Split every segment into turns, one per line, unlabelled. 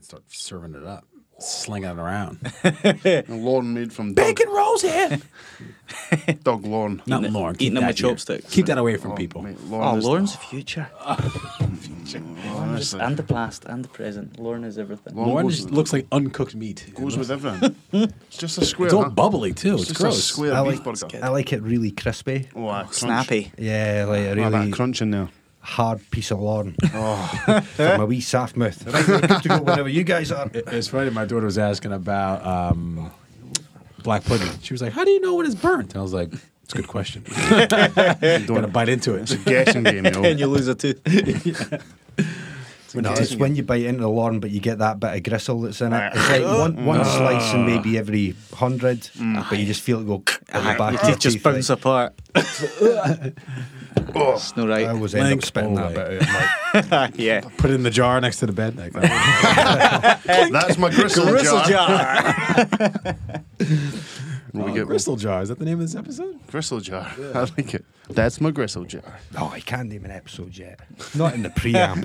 start serving it up, slinging it around.
And lawn made from dog,
Bacon rolls here.
dog lawn.
Not
Eating it-
Lauren. keep
eating them
that
with
here.
chopsticks.
Keep that away from people.
Mate,
Oh,
is-
Lauren's future.
Lauren is the-
and the past and the present. Lauren is everything.
Lauren
Lauren
goes
just
with-
looks like uncooked meat.
goes with everything. it's just a square.
It's all
huh?
bubbly too. It's,
It's just a
gross.
square
I
beef
like,
burger.
I like it really crispy.
Oh, aye, crunch.
Snappy.
Yeah, like a
Ah, that
really
crunch Oh. in there.
hard piece of lawn from a wee soft mouth. Right, we're good to go whenever you guys are.
It's funny. My daughter was asking about um, black pudding. She was like, "How do you know when it's burnt?" And I was like, "It's a good question. Got to bite into it."
Guessing game, you know.
And you lose a tooth.
When it's it's when you bite into the lawn, but you get that bit of gristle that's in it.
Aye.
It's like one,
Ah.
one slice in maybe every hundred,
Mm.
but you just feel it go on the
Your
back.
teeth just bounce apart. It's no
I
right.
always end up
Thanks,
spitting that
oh,
Ollie.
bit out. Like,
yeah.
Put it in the jar next to the bed. Like that.
That's my gristle,
Gristle
jar.
jar.
What we
Oh,
get-
Crystal jar. Is that the name of this episode?
Gristle jar. I like it. That's my gristle jar.
oh, I can't name an episode yet. Not in the preamble.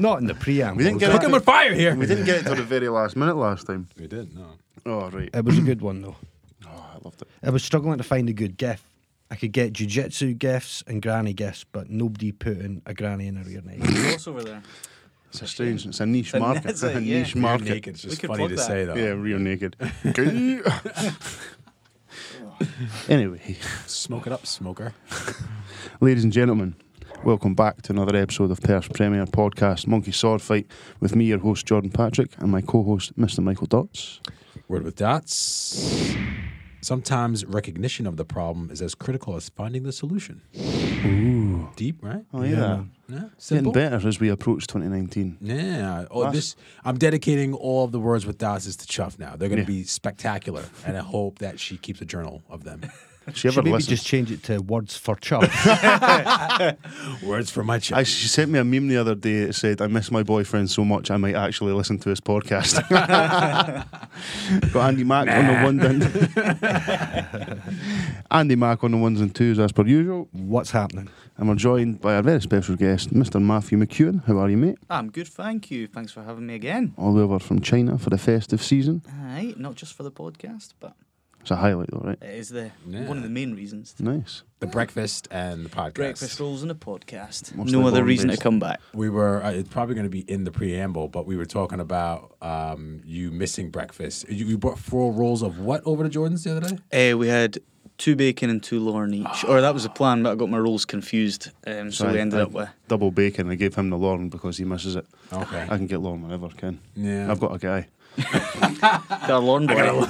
Not in the preamble.
We didn't get
Look, I'm on fire here.
We didn't get it till the very last minute last time.
We did. No.
Oh right.
It was a good one though.
Oh, I loved it.
I was struggling to find a good gif. I could get jujitsu gifs and granny gifs, but nobody put in a granny in a rear neck.
What's over there?
It's a strange. It's a niche
a-
market.
it's a-
a
yeah.
niche
Rear
market.
Naked's
We
just
could
funny to
plug that.
say though.
Yeah, real naked. Okay. anyway,
Smoke it up, smoker.
ladies and gentlemen, welcome back to another episode of Perth's Premier Podcast, Monkey Sword Fight, with me, your host Jordan Patrick, and my co-host Mr. Michael Dots.
Word with dots. Sometimes recognition of the problem is as critical as finding the solution. Ooh. Deep, right?
Oh yeah,
Yeah.
getting
Simple.
better as we approach 2019.
Yeah. Oh,
Last-
this I'm dedicating all of the words with dots is to Chuff now. They're going
Yeah.
to be spectacular, and I hope that she keeps a journal of them.
She ever
Should maybe
listens?
just change it to words for chub.
words for my Chuff.
I, she sent me a meme the other day that said, I miss my boyfriend so much I might actually listen to his podcast. Got Andy Mack on the one and Andy Mack on the ones and twos as per usual.
What's happening?
And we're joined by our very special guest, Mr. Matthew McEwen. How are you, mate?
I'm good, thank you. Thanks for having me again.
All the way over from China for the festive season.
Aye, not just for the podcast, but
It's a highlight though, right?
it is the
Yeah.
one of the main reasons.
Nice.
the breakfast and the podcast.
Breakfast rolls and a podcast.
Mostly
no other
bone
reason to
based.
come back.
We were. Uh, it's probably going to be in the preamble, but we were talking about um, you missing breakfast. You, you brought four rolls of what over to Jordan's the other day?
Uh, we had two bacon and two Lauren each, or that was the plan, but I got my rolls confused, um, so
I-
we ended
I
up with.
Double bacon. I gave him the lawn because he misses it.
Okay.
I can get lawn whenever I can.
Yeah.
I've got a guy.
The Lauren boy.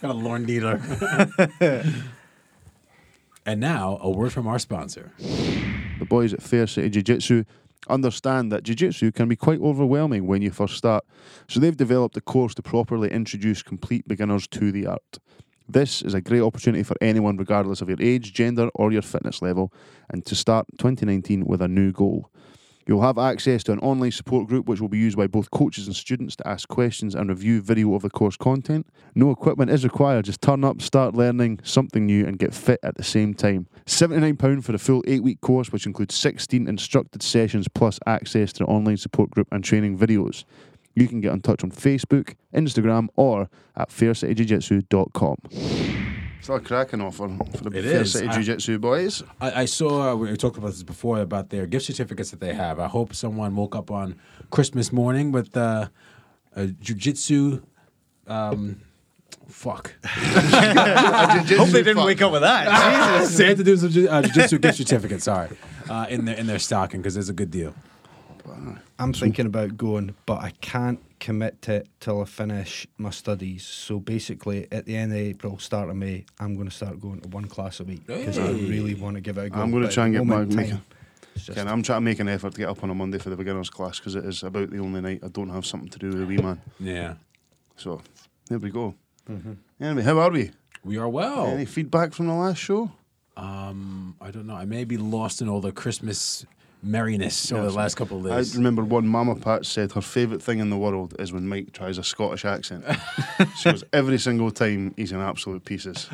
Got a Lorne dealer. and now a word from our sponsor.
The boys at Fair City Jiu Jitsu understand that Jiu Jitsu can be quite overwhelming when you first start, so they've developed a course to properly introduce complete beginners to the art. This is a great opportunity for anyone, regardless of your age, gender, or your fitness level, and to start 2019 with a new goal. You'll have access to an online support group which will be used by both coaches and students to ask questions and review video of the course content. No equipment is required, just turn up, start learning something new, and get fit at the same time. £79 for the full eight week course, which includes 16 instructed sessions plus access to the online support group and training videos. You can get in touch on Facebook, Instagram, or at faircityjujitsu.com. It's a cracking offer for the
It
Fair
is.
City
I-
Jiu Jitsu boys.
I, I saw we talked about this before about their gift certificates that they have. I hope someone woke up on Christmas morning with uh, a jujitsu. Um, fuck.
Hope they didn't wake up with that.
they had to do some ju- uh, jujitsu gift certificate. Sorry, uh, in their in their stocking because it's a good deal.
I'm thinking about going, but I can't commit to it till I finish my studies. So basically, at the end of April, start of May, I'm going to start going to one class a week because I
Hey.
really want to give it a go.
I'm gonna
But at
try and
the
get my-
moment in
make
time,
a-
it's just-
Ken, I'm trying to make an effort to get up on a Monday for the beginners class because it is about the only night I don't have something to do with a wee man.
Yeah,
So there we go.
Mm-hmm.
Anyway, how are we?
we are well.
Any feedback from the last show?
Um, I don't know. I may be lost in all the Christmas merriness over the last couple of
I
days.
remember one Mama Pat said her favourite thing in the world is when Mike tries a Scottish accent. she goes, every single time he's in absolute pieces.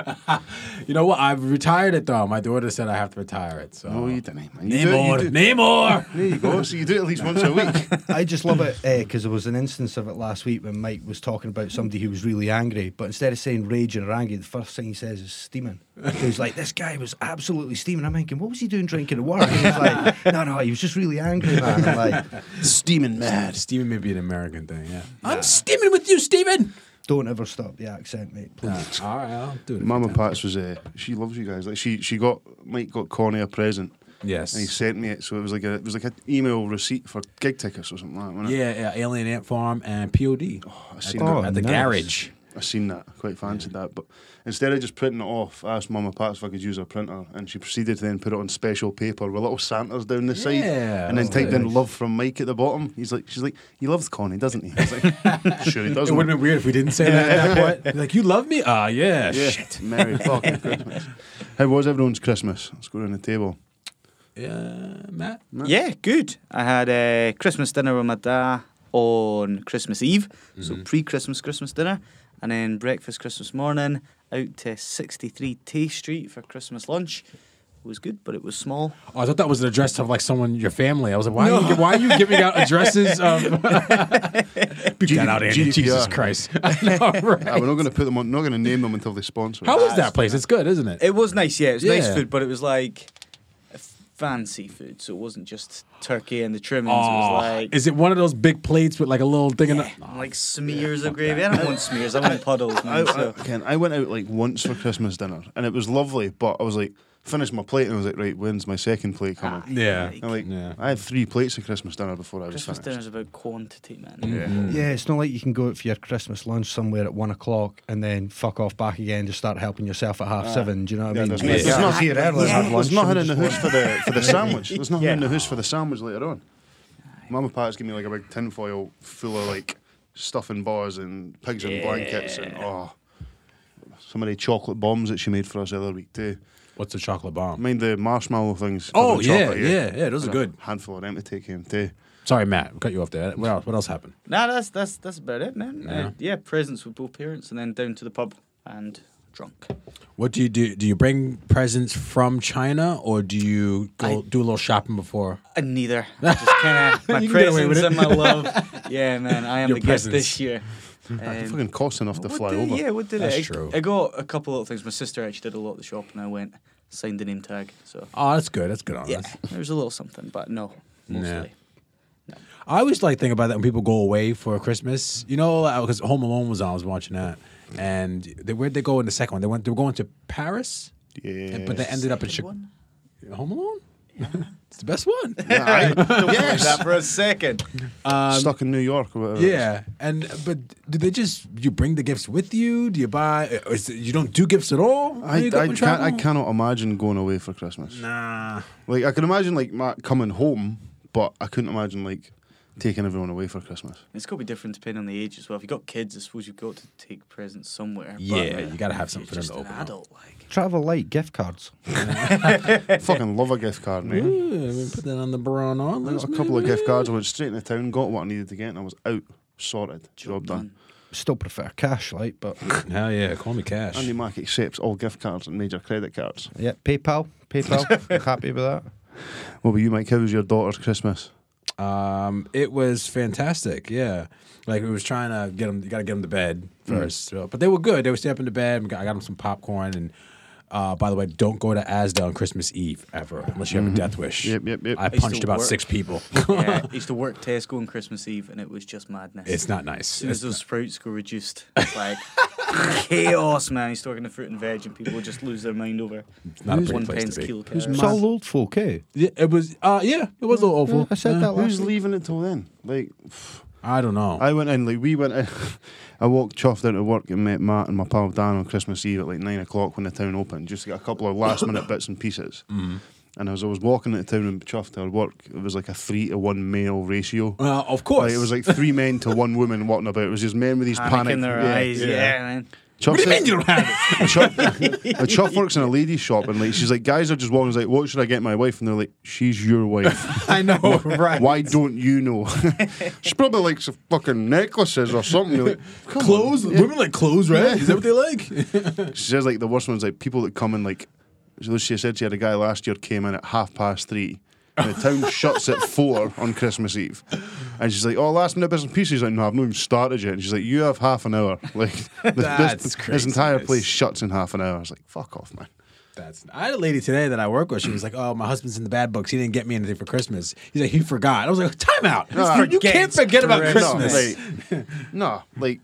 you know what? I've retired it though. My daughter said I have to retire it. So
No, you didn't, man. You do it- you
Namor,
do-
Namor.
There you go. So you do it at least once a week.
I just love it because there was an instance of it last week when Mike was talking about somebody who was really angry, but instead of saying raging or angry, the first thing he says is steaming. He was like, "This guy was absolutely steaming." I'm thinking, "What was he doing drinking at work?" And he was like, "No, no, he was just really angry, man." I'm like,
Steaming
Mad. Steven may be an American thing. Yeah, I'm steaming with you, Steven.
"Don't ever stop the accent, mate. Please."
Nah, all right, I'll do it.
Mama Pat's was uh, she loves you guys. Like she she got Mike got Connie a present
Yes.
and he sent me it. So it was like a it was like an email receipt for gig tickets or something like that. wasn't it? Oh,
Yeah, yeah, Alien Ant Farm and POD
I
at
seen
the,
that.
at the
nice.
garage.
I seen that. I quite fancied that. But instead of just printing it off, I asked Mama Pat if I could use her printer, and she proceeded to then put it on special paper with little Santas down the side,
Yeah,
and then
that's
typed in
nice.
"love from Mike" at the bottom. He's like, she's like, he loves Connie, doesn't he? I was like, sure he does.
It would have been weird if we didn't say that at that point. Like, you love me? Ah, yeah,
yeah,
shit.
Merry fucking Christmas. How was everyone's Christmas? Let's go around the table.
Yeah, Matt?
Yeah, good. I had a Christmas dinner with my dad on Christmas Eve, so pre-Christmas Christmas dinner, and then breakfast Christmas morning. Out to 63 Tay Street for Christmas lunch. It was good, but it was small.
Oh, I thought that was an address of like someone in your family. I was like, why, are, you, why are you giving out addresses of. Beep
G-
that out, Andy.
GDPR.
Jesus Christ. I know, right?
Ah, we're not going to put them on. Not going to name them until they sponsor.
How
us.
is that place? It's good, isn't it?
It was nice, yeah. It was nice
Yeah.
food, but it was like f- fancy food, so it wasn't just turkey and the trimmings. it
Oh,
was like
is it one of those big plates with like a little thing in
yeah,
it?
like smears of gravy. I don't want smears. I want puddles.
I,
Man,
I,
so.
again, I went out like once for Christmas dinner, and it was lovely. But I was like, finished my plate, and I was like, right, when's my second plate coming?
Ah,
Yeah.
I'm like,
Yeah.
I had three plates of Christmas dinner before I was
Christmas
finished.
dinner's about quantity, man.
Yeah, it's not like you can go out for your Christmas lunch somewhere at one o'clock and then fuck off back again to start helping yourself at half seven. Do you know what
Yeah,
I mean?
there's, there's,
Yeah.
nothing-
here early and had
there's
lunch,
nothing
so
in the
just
house for the for the sandwich. There's nothing in the
Yeah.
house for the sandwich later on. Mama Pat's gave me like a big tinfoil full of like stuff and bars and pigs and blankets and oh, so many chocolate bombs that she made for us the other week too.
What's a chocolate bomb?
Mind the marshmallow things.
Oh,
covered in
yeah,
chocolate,
yeah, yeah, those are
And a
good.
handful of them to take home too.
Sorry, Matt. we Cut you off there. What else, what else happened?
Nah, that's that's that's about it, man. Yeah.
Yeah.
Uh, yeah, presents with both parents, and then down to the pub and drunk.
What do you do? Do you bring presents from China or do you go
I-
do a little shopping before?
And neither, I just kind of my
You can get away with
presents
it.
and my love. yeah, man, I am
Your
the guest
presents.
this year.
It
Um,
fucking costs enough to
what
fly
did-
over.
Yeah, what did
That's
I,
true.
I got a couple of things. My sister actually did a lot of the shop, and I went signed the name tag. So
Oh, that's good. That's good on
yeah,
us.
there was a little something, but no,
Nah.
mostly.
I always like think about that when people go away for Christmas. You know, because Home Alone was on. I was watching that, and they, where'd they go in the second one? They went. They were going to Paris, and- but they
Yes.
ended up in Chicago.
One?
Home Alone. it's the best one.
Yeah, I-
Yes. that for a second.
stuck in New York Uh, or whatever.
Yeah, and but do they just you bring the gifts with you? Do you buy? Or is it- you don't do gifts at all? when
I,
you go
I,
and
can't, I
travel?
cannot imagine going away for Christmas.
Nah.
Like I can imagine like Matt coming home, but I couldn't imagine like taking everyone away for Christmas.
It's got to be different depending on the age as well. If you've got kids, I suppose you've got to take presents somewhere.
Yeah,
like,
you gotta have
if
something for
you're
them
just
to open
an
up.
adult, like.
Travel light gift cards.
Fucking love a gift card,
Yeah,
mate.
we put that on the Baron
I
on.
got a couple of gift cards. I went straight into town, got what I needed to get, and I was out, sorted, job done.
Still prefer cash light, but
Hell yeah, call me cash.
Andy Mack accepts all gift cards and major credit cards.
yeah, PayPal, PayPal. happy with that.
What about you, Mike? How was your daughter's Christmas?
Um, it was fantastic. Yeah, like we was trying to get them. You got to get them to bed first, so, but they were good. They were staying up in the bed. We got- I got them some popcorn. And uh, by the way, don't go to ASDA on Christmas Eve ever, unless you have a death wish.
Yep, yep, yep.
I
used to
punched about
work-
six people.
yeah, I used to work Tesco on Christmas Eve, and it was just madness.
it's not
As
nice.
soon as
It's
those sprouts go reduced, it's like chaos, man. He's talking to fruit and veg, and people just lose their mind over
not a pretty place
one
to
pence
be.
kilo
It's
carrots.
all old folk, eh?
Yeah, it was. Uh, yeah, it was a little awful. Uh,
Yeah, I said that
Who's
last week.
leaving it till then? Like, pff,
I don't know.
I went in, like, we went in. I walked chuffed down to work and met Matt and my pal Dan on Christmas Eve at like nine o'clock when the town opened, just to get a couple of last minute bits and pieces. Mm. And as I was walking into town in chuffed to work, it was like a three to one male ratio.
uh, of course,
Like, it was like three men to one woman walking about. It was just men with these
Panic
panic
in their
yeah,
eyes, yeah, man.
What do you mean you don't have it?
A chuff, a chuff works in a ladies' shop, and like she's like, guys are just walking. He's like, what should I get my wife? And they're like, she's your wife.
I know, right?
Why don't you know? she probably likes fucking necklaces or something. You're like, "Come on."
Clothes.
Yeah.
Women like clothes, right? Is that what they like?
She says like the worst one's like people that come in like. She said she had a guy last year came in at half past three. And the town shuts at four on Christmas Eve, and she's like, "Oh, last minute bits and pieces." Like, no, I've not even started yet. And she's like, "You have half an hour. Like this,
That's
this, this entire
craziness.
place shuts in half an hour." I was like, "Fuck off, man."
That's. I had a lady today that I work with. She was like, "Oh, my husband's in the bad books. He didn't get me anything for Christmas." He's like, "He forgot." I was like, "Time out. you, you can't
forgets
forget about
Christmas."
Christmas."
No, like, no, like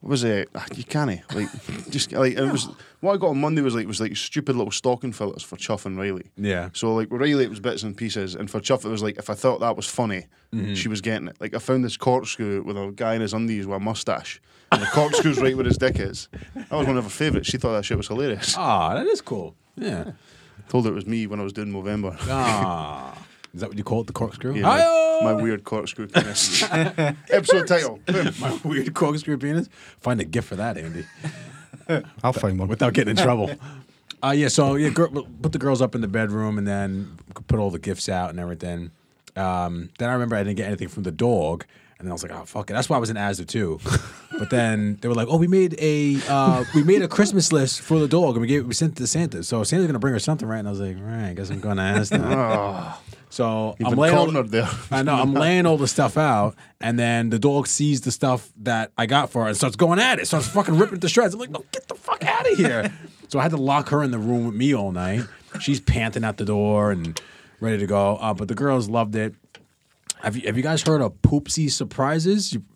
what was it? Ah, You can't like just like it was. What I got on Monday was like was like stupid little stocking fillers for Chuff and Riley.
Yeah.
So like with Riley it was bits and pieces, and for Chuff it was like if I thought that was funny,
Mm-hmm.
she was getting it. Like I found this corkscrew with a guy in his undies with a mustache, and the corkscrew's right where his dick is. That was one of her favourites. She thought that shit was hilarious.
Ah, that is cool. Yeah.
Told her it was me when I was doing November.
Ah, is that what you call it? The corkscrew?
Yeah,
Hi-yo!
my, my weird corkscrew penis. Episode title. Boom.
My weird corkscrew penis. Find a gift for that, Andy,
I'll find one.
without getting in trouble. Uh, yeah, so yeah, gir- put the girls up in the bedroom and then put all the gifts out and everything. Um, then I remember I didn't get anything from the dog, and then I was like, oh fuck it. That's why I was in Asda too. but then they were like, oh, we made a uh, we made a Christmas list for the dog, and we gave we sent it to Santa. So Santa's gonna bring her something, right? And I was like, right, I guess I'm gonna ask them.
Oh,
So
you've
I'm
been
laying all-
cornered there.
I know. I'm laying all the stuff out, and then the dog sees the stuff that I got for her and starts going at it. Starts fucking ripping it to shreds. I'm like, no, get the fuck out of here. so I had to lock her in the room with me all night. She's panting out the door and ready to go. Uh, but the girls loved it. Have you, have you guys heard of Poopsie Surprises?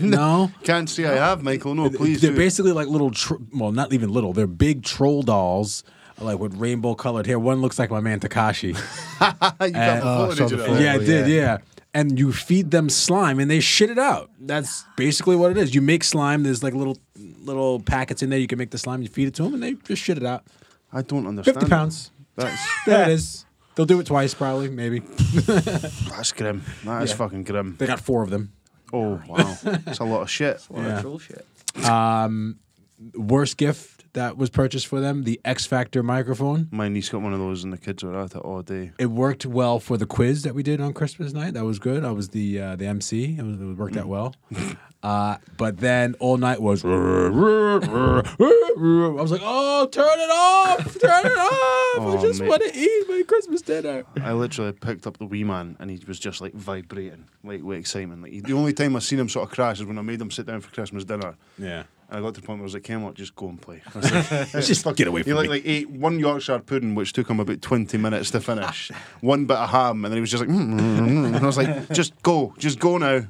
You, no?
Can't say I have, Michael. No, Oh, please.
They're
do.
basically like little, tr- well, not even little. They're big troll dolls, like with rainbow colored hair. One looks like my man Takashi.
you got the
Oh,
photo,
I saw
did
the
you
photo.
know?
Yeah, I
yeah.
did. Yeah. And you feed them slime and they shit it out. That's basically what it is. You make slime. There's like little little packets in there. You can make the slime. You feed it to them and they just shit it out.
I don't understand.
Fifty
that.
pounds.
That's
There it is. They'll do it twice, probably, maybe.
that's grim. That is
Yeah.
fucking grim.
They got four of them.
Oh wow, that's a lot of shit.
A lot
Yeah.
of troll shit.
Worst gift that was purchased for them: the X Factor microphone.
My niece got one of those, and the kids were at it all day.
It worked well for the quiz that we did on Christmas night. That was good. I was the uh, the MC. It, was, it worked out well. Uh, but then all night was. I was like, oh, turn it off! Turn it off! I
Oh,
just
mate.
want to eat my Christmas dinner.
I literally picked up the wee man, and he was just like vibrating, like with excitement. Like, he- the only time I seen him sort of crash is when I made him sit down for Christmas dinner.
Yeah.
And I got to the point where I was like, Camelot, just go and play. I was like, "This
Just
fuck-
get away
He
from
like,
me."
like ate one Yorkshire pudding, which took him about 20 minutes to finish, one bit of ham, and then he was just like, "Mm, mm, mm," and I was like, just go, just go now.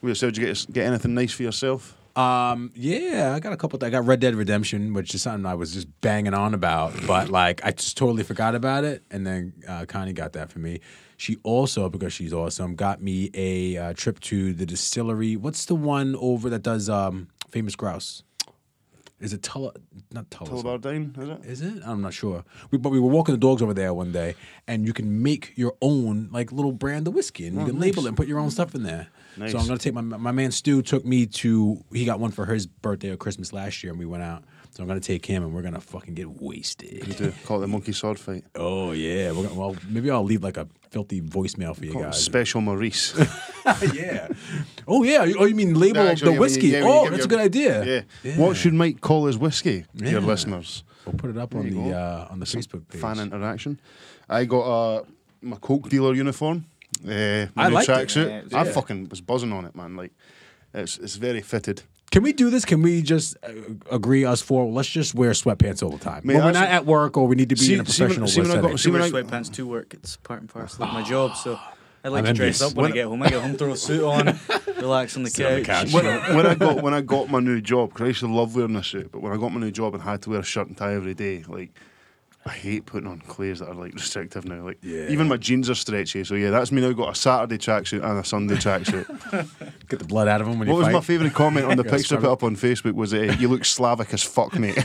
We said, did you get, get anything nice for yourself?
Um, yeah, I got a couple. Th- I got Red Dead Redemption, which is something I was just banging on about, but like I just totally forgot about it. And then uh, Connie got that for me. She also, because she's awesome, got me a uh, trip to the distillery. What's the one over that does um, Famous Grouse? Is it Tulla? Not Tulla.
Tullabardine, is it?
Is it? I'm not sure. We, but we were walking the dogs over there one day, and you can make your own like little brand of whiskey, and you can label it and put your own stuff in there.
Oh, Nice.
So I'm gonna take my my man Stu took me to he got one for his birthday or Christmas last year, and we went out. So I'm gonna take him, and we're gonna fucking get wasted.
Do- Call it the monkey sword fight.
oh yeah, we're gonna, well maybe I'll leave like a filthy voicemail for you
Call it
guys.
Special Maurice.
yeah. Oh yeah. You- Oh, you mean label
The actual-
the
yeah, when
whiskey?
you- yeah, when you
oh,
give
that's a
your-
good idea.
Yeah. What should Mike call his whiskey? Your
Yeah.
listeners.
We'll put it up on
you
the
go.
uh, on the Facebook page.
fan interaction. I got uh, my Coke dealer uniform. Uh, my
I
new
liked it.
Yeah, it
tracksuit.
was
I
good.
fucking was buzzing on it, man. Like, it's it's very fitted.
Can we do this? Can we just uh, agree us four? Let's just wear sweatpants all the time.
Mate,
when we're
I
not
see-
at work or we need to be
See-
in a
see when-
professional
see when I
setting.
got-
I
See,
wear
when I-
sweatpants to work. It's part and parcel of my job. So I like
I'm
to dress
envious.
up when, I get home. I get home, throw a suit on, relax on the couch.
on the couch.
When, I- when I got when I got my new job, 'cause I used to love wearing a suit, but when I got my new job and had to wear a shirt and tie every day, like. I hate putting on clothes that are like restrictive now. Like
Yeah.
even my jeans are stretchy. So yeah, that's me now. Got a Saturday tracksuit and a Sunday tracksuit.
Get the blood out of them when
what
you
was
fight.
my favourite comment on the
Yeah,
picture
sorry.
I put up on Facebook? Was it "You look Slavic as fuck, mate"?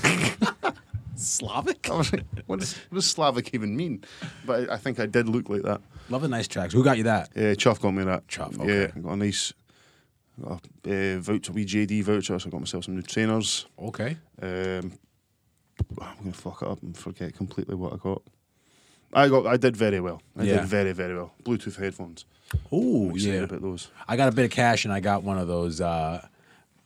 Slavic?
I was like, what does, what does Slavic even mean? But I, I think I did look like that.
Love the nice tracks. Who got you that?
Yeah, Chuff got me that.
Chuff,
Yeah,
okay.
got a nice. a uh, voucher, WJD voucher, so I got myself some new trainers.
Okay.
Um, I'm gonna fuck it up and forget completely what I got. I got, I did very well. I
Yeah.
did very, very well. Bluetooth headphones.
Oh
I'm excited
yeah.
about those.
I got a bit of cash and I got one of those uh,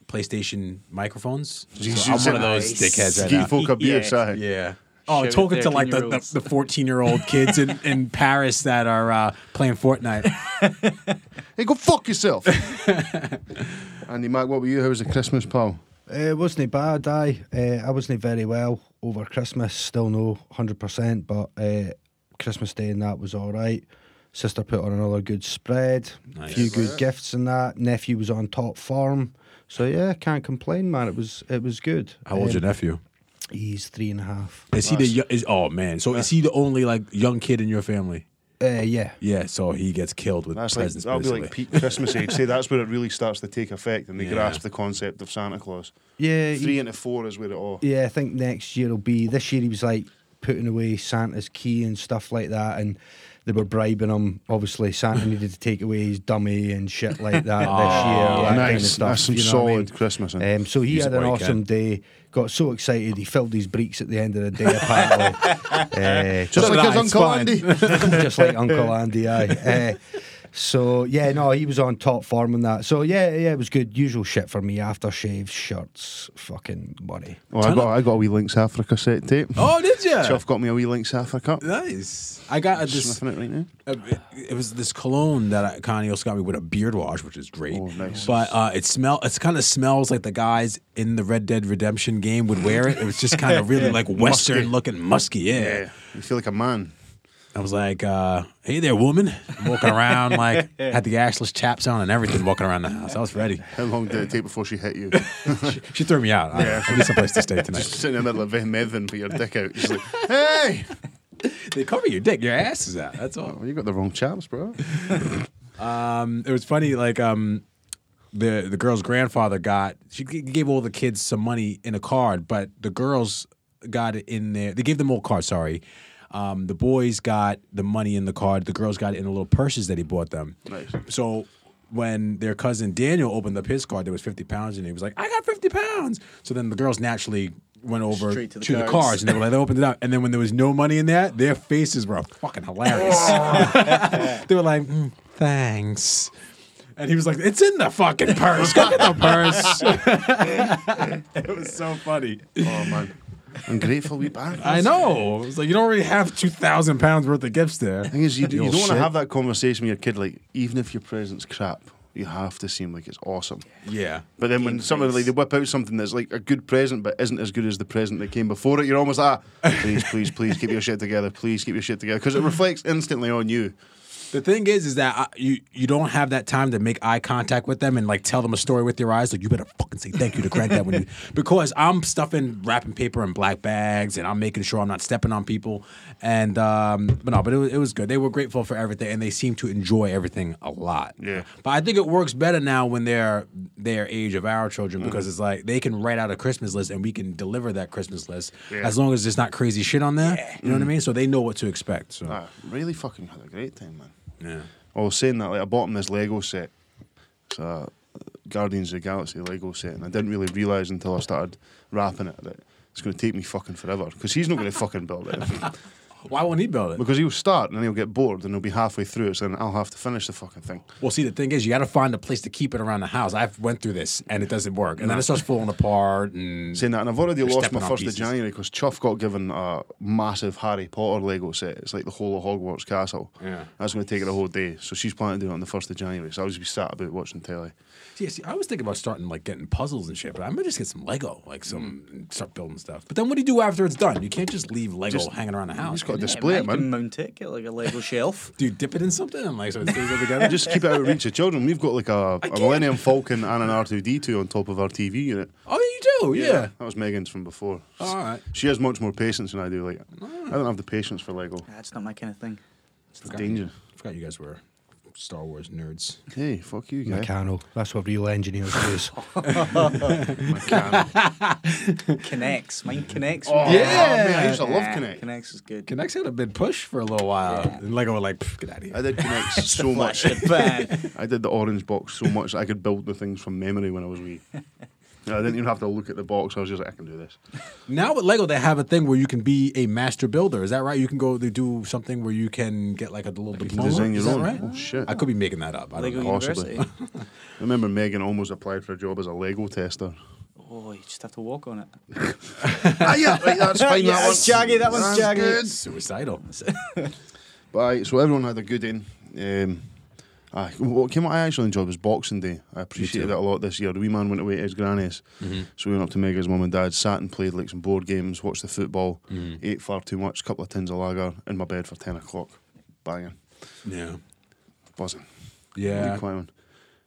PlayStation microphones.
Jesus,
So I'm one of those
nice.
dickheads right
Ski
now.
folk a beer,
Yeah.
sigh.
Yeah. Oh,
Shout
talking
out
to like the,
€13-year-olds.
the, the 14 year old kids in, in Paris that are uh, playing Fortnite.
Hey, go fuck yourself. Andy Mac, what were you? How was the Christmas, pal?
Uh, wasn't it bad? I uh, I wasn't very well over Christmas. Still no hundred percent, but uh, Christmas Day and that was all right. Sister put on another good spread, a few
Nice.
good gifts and that. Nephew was on top form, so yeah, can't complain, man. It was it was good. Eh,
How old's your nephew?
He's three and a half.
Is he the yo- is, oh man? So is he the only like young kid in your family?
Uh, yeah,
Yeah. So he gets killed with
That's like,
presents.
that'll be like
basically.
peak Christmas age. Say that's where it really starts to take effect and they
Yeah.
grasp the concept of Santa Claus.
yeah.
Three into four is where it all.
Yeah, I think next year will be. This year he was like putting away Santa's key and stuff like that, and they were bribing him. Obviously, Santa needed to take away his dummy and shit like that this year.
Aw,
that kind of
Ah, nice.
stuff,
That's some
you know
solid
what I mean?
Christmas. innit?
Um, so he
He's
had
a
an
white
awesome day. Got so excited he filled his breeks at the end of the day. Apparently, uh,
Just
so
like
did
his
I,
Uncle
fine.
Andy.
just like Uncle Andy. Aye. Eh, so yeah, no, he was on top form and that. So yeah, yeah, it was good. Usual shit for me: aftershaves, shirts, fucking money.
Oh, I got, I got a wee Links Africa set tape.
Oh, did you?
Chuff got me a wee Links Africa.
Nice. I got a, this.
Sniffing it right now.
Uh, it, it was this cologne that I, Connie also got me with a beard wash, which is great.
Oh, nice.
But uh, it smell. It kind of smells like the guys in the Red Dead Redemption game would wear it. It was just kind of really like Western looking, musky. Yeah.
Yeah, you feel like a man.
I was like, uh, "Hey there, woman!" walking around like had the ashless chaps on and everything, walking around the house. I was ready.
How long did it take before she hit you?
She, she threw me out. Yeah. I, I need someplace to stay tonight.
Just sitting in the middle of Medvin, put your dick out. She's like, hey!
They cover your dick. Your ass is out. That's all.
Well, you got the wrong chaps, bro.
Um, it was funny. Like um, the the girl's grandfather got she g- gave all the kids some money in a card, but the girls got it in their. They gave them all cards. Sorry. Um, the boys got the money in the card. The girls got it in the little purses that he bought them.
Nice.
So when their cousin Daniel opened up his card, there was 50 pounds, and he was like, I got 50 pounds. So then the girls naturally went over
Straight to the
the
cards.
cards, and they were like, they opened it up. And then when there was no money in that, their faces were fucking hilarious. they were like, "Mm, thanks. And he was like, it's in the fucking purse. Go get the purse. it was so funny.
Oh, man. Ungrateful wee bastard.
I know. It's like, you don't already have 2,000 pounds worth of gifts there.
thing is, you, do,
You
you don't want to
shit.
have that conversation with your kid, like, even if your present's crap, you have to seem like it's awesome.
Yeah.
But then when someone like they whip out something that's like a good present but isn't as good as the present that came before it, you're almost like, "Ah, please, please, please keep your shit together. Please keep your shit together because it reflects instantly on you.
The thing is, is that I, you you don't have that time to make eye contact with them and like tell them a story with your eyes. Like you better fucking say thank you to Granddad when you because I'm stuffing wrapping paper in black bags and I'm making sure I'm not stepping on people. And um, but no, but it was, it was good. They were grateful for everything and they seem to enjoy everything a lot.
Yeah.
But I think it works better now when they're their age of our children
Mm-hmm.
because it's like they can write out a Christmas list and we can deliver that Christmas list
Yeah. Mm-hmm.
as long as there's not crazy shit on there. You know what I mean? So they know what to expect. So
I Ah, really fucking had a great time, man.
yeah.
Oh, saying that, like I bought him this Lego set. It's a uh, Guardians of the Galaxy Lego set, and I didn't really realise until I started wrapping it that it's going to take me fucking forever because he's not going to fucking build it
Why won't he build it?
because he'll start and then he'll get bored and he'll be halfway through it, so then I'll have to finish the fucking thing.
Well, see, the thing is, you got to find a place to keep it around the house. I've went through this, and it doesn't work, and then it starts falling apart. And
Saying that, and I've already
You're
lost
stepping
my
on
first
pieces.
of January because Chuff got given a massive Harry Potter Lego set. It's like the whole of Hogwarts Castle.
Yeah.
That's going to take her a whole day. So she's planning to do it on the first of January. So I'll just be sat about watching telly.
see, see, I was thinking about starting like getting puzzles and shit, but I might just get some Lego, like some and start building stuff. But then, what do you do after it's done? You can't just leave Lego
Just-
hanging around the house.
just
can you?
gotta dis- Display it,
you
man.
can mount it, get like a Lego shelf.
do you dip it in something and like so it stays all together?
Just keep it out of reach of children. We've got like a, a Millennium Falcon and an R2D2 on top of our TV unit.
oh, yeah, you do, yeah. Ah.
That was Megan's from before.
All right.
She has much more patience than I do. Like, I don't have the patience for Lego.
That's not my kind of thing.
It's danger.
Forgot you guys were Star Wars nerds.
Hey, fuck you guys.
Meccano. That's what real engineers use.
Connects. Mine connects.
Oh, Yeah.
Oh, man, I used to love
Yeah,
Connect.
Connects is good.
Connects had a big push for a little while, and Lego were like, "Pff, "Get out of
I
here."
did Connect so much.
Bang.
I did the orange box so much that I could build the things from memory when I was wee. I didn't even have to look at the box. I was just like, I can do this.
Now with Lego, they have a thing where you can be a master builder. Is that right? You can go they do something where you can get like a little
can
diploma.
design your
is that
own.
right?
Oh, shit.
I could be making that up. I don't
Lego
know.
Possibly.
University.
I remember Megan almost applied for a job as a Lego tester.
Oh, you just have to walk on it.
ah, yeah, right, that's fine.
Yeah,
that one's
it's jaggy, that one's
That's
jaggy.
good.
Suicidal.
But aye, so everyone had a good in. Um, aye, what came out I actually enjoyed was Boxing Day. I appreciated
too. Mm-hmm.
it a lot this year. The wee man went away to his granny's, so we went up to Mega's mum and dad, sat and played like some board games, watched the football,
Mm-hmm.
ate far too much, couple of tins of lager in my bed for ten o'clock, banging,
yeah.
buzzing.
Yeah.
Good clown.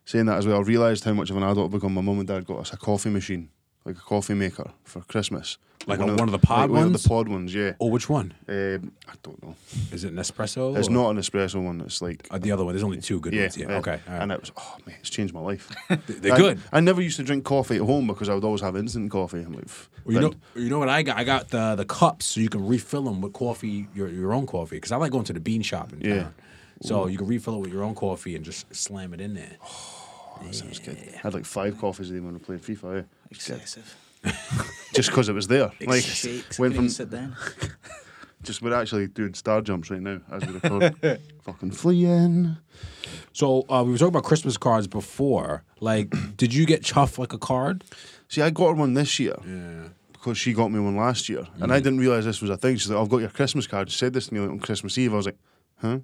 Saying that as well, I realised how much of an adult I've become. My mum and dad got us a coffee machine, like a coffee maker for Christmas.
Like a- one of the pod
like One of
ones?
the pod ones, yeah.
Oh, which one?
Um, I don't know.
Is it Nespresso?
It's
or-
not an espresso one. It's like
Uh, the other one. There's only two good
yeah,
ones. Yeah.
uh,
okay. all right.
And it was oh man, it's changed my life.
They're
I,
good.
I never used to drink coffee at home because I would always have instant coffee. I'm like, pff,
Well, you know,
then-
you know what I got? I got the the cups so you can refill them with coffee, your your own coffee. Because I like going to the bean shop in
Yeah.
town. So you can refill it with your own coffee and just slam it in there.
oh, that sounds good. I had like five coffees a day when I played FIFA. eh?
Excessive.
Just because it was there. Like
shakes.
went
When
from
you sit down.
just we're actually doing star jumps right now as we record. Fucking fleeing.
So uh, we were talking about Christmas cards before. Like, did you get Chuff like a card?
See, I got her one this year.
Yeah. Mm.
because she got me one last year, and I didn't realize this was a thing. She's like, "I've got your Christmas card." She said this to me like, on Christmas Eve. I was like, "Huh?"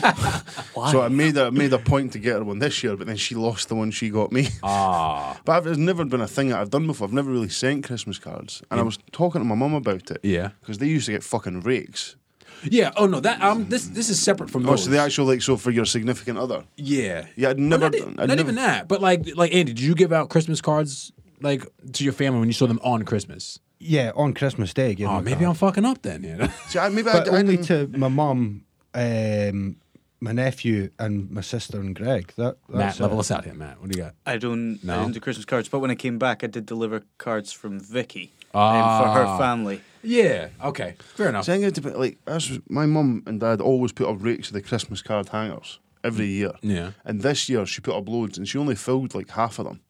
so I made a made a point to get her one this year, but then she lost the one she got me.
Ah.
but I've, it's never been a thing that I've done before. I've never really sent Christmas cards, and I was talking to my mum about it.
Mm. Yeah.
because they used to get fucking rakes.
Yeah. Oh no, that um, this this is separate from
Oh,
those.
so the actual like so for your significant other.
yeah.
Yeah, I'd
Well,
never
not e-
done-
not
I'd never-
even that, but like like Andy, did you give out Christmas cards like to your family when you saw them on Christmas?
yeah, on Christmas Day.
Oh, maybe I'm fucking up then. Yeah.
See, I, maybe
But
I, I
only
didn't-
to my mum, um, my nephew, and my sister and Greg. That
Matt,
that's
level
it.
us out here, Matt. What do you got?
I don't.
No.
I didn't do Christmas cards, but when I came back, I did deliver cards from Vicky um, for
Ah.
her family.
Yeah. Okay. Fair enough.
See, I think it's a bit like that's, my mum and dad always put up rakes of the Christmas card hangers every year.
Yeah.
And this year she put up loads, and she only filled like half of them.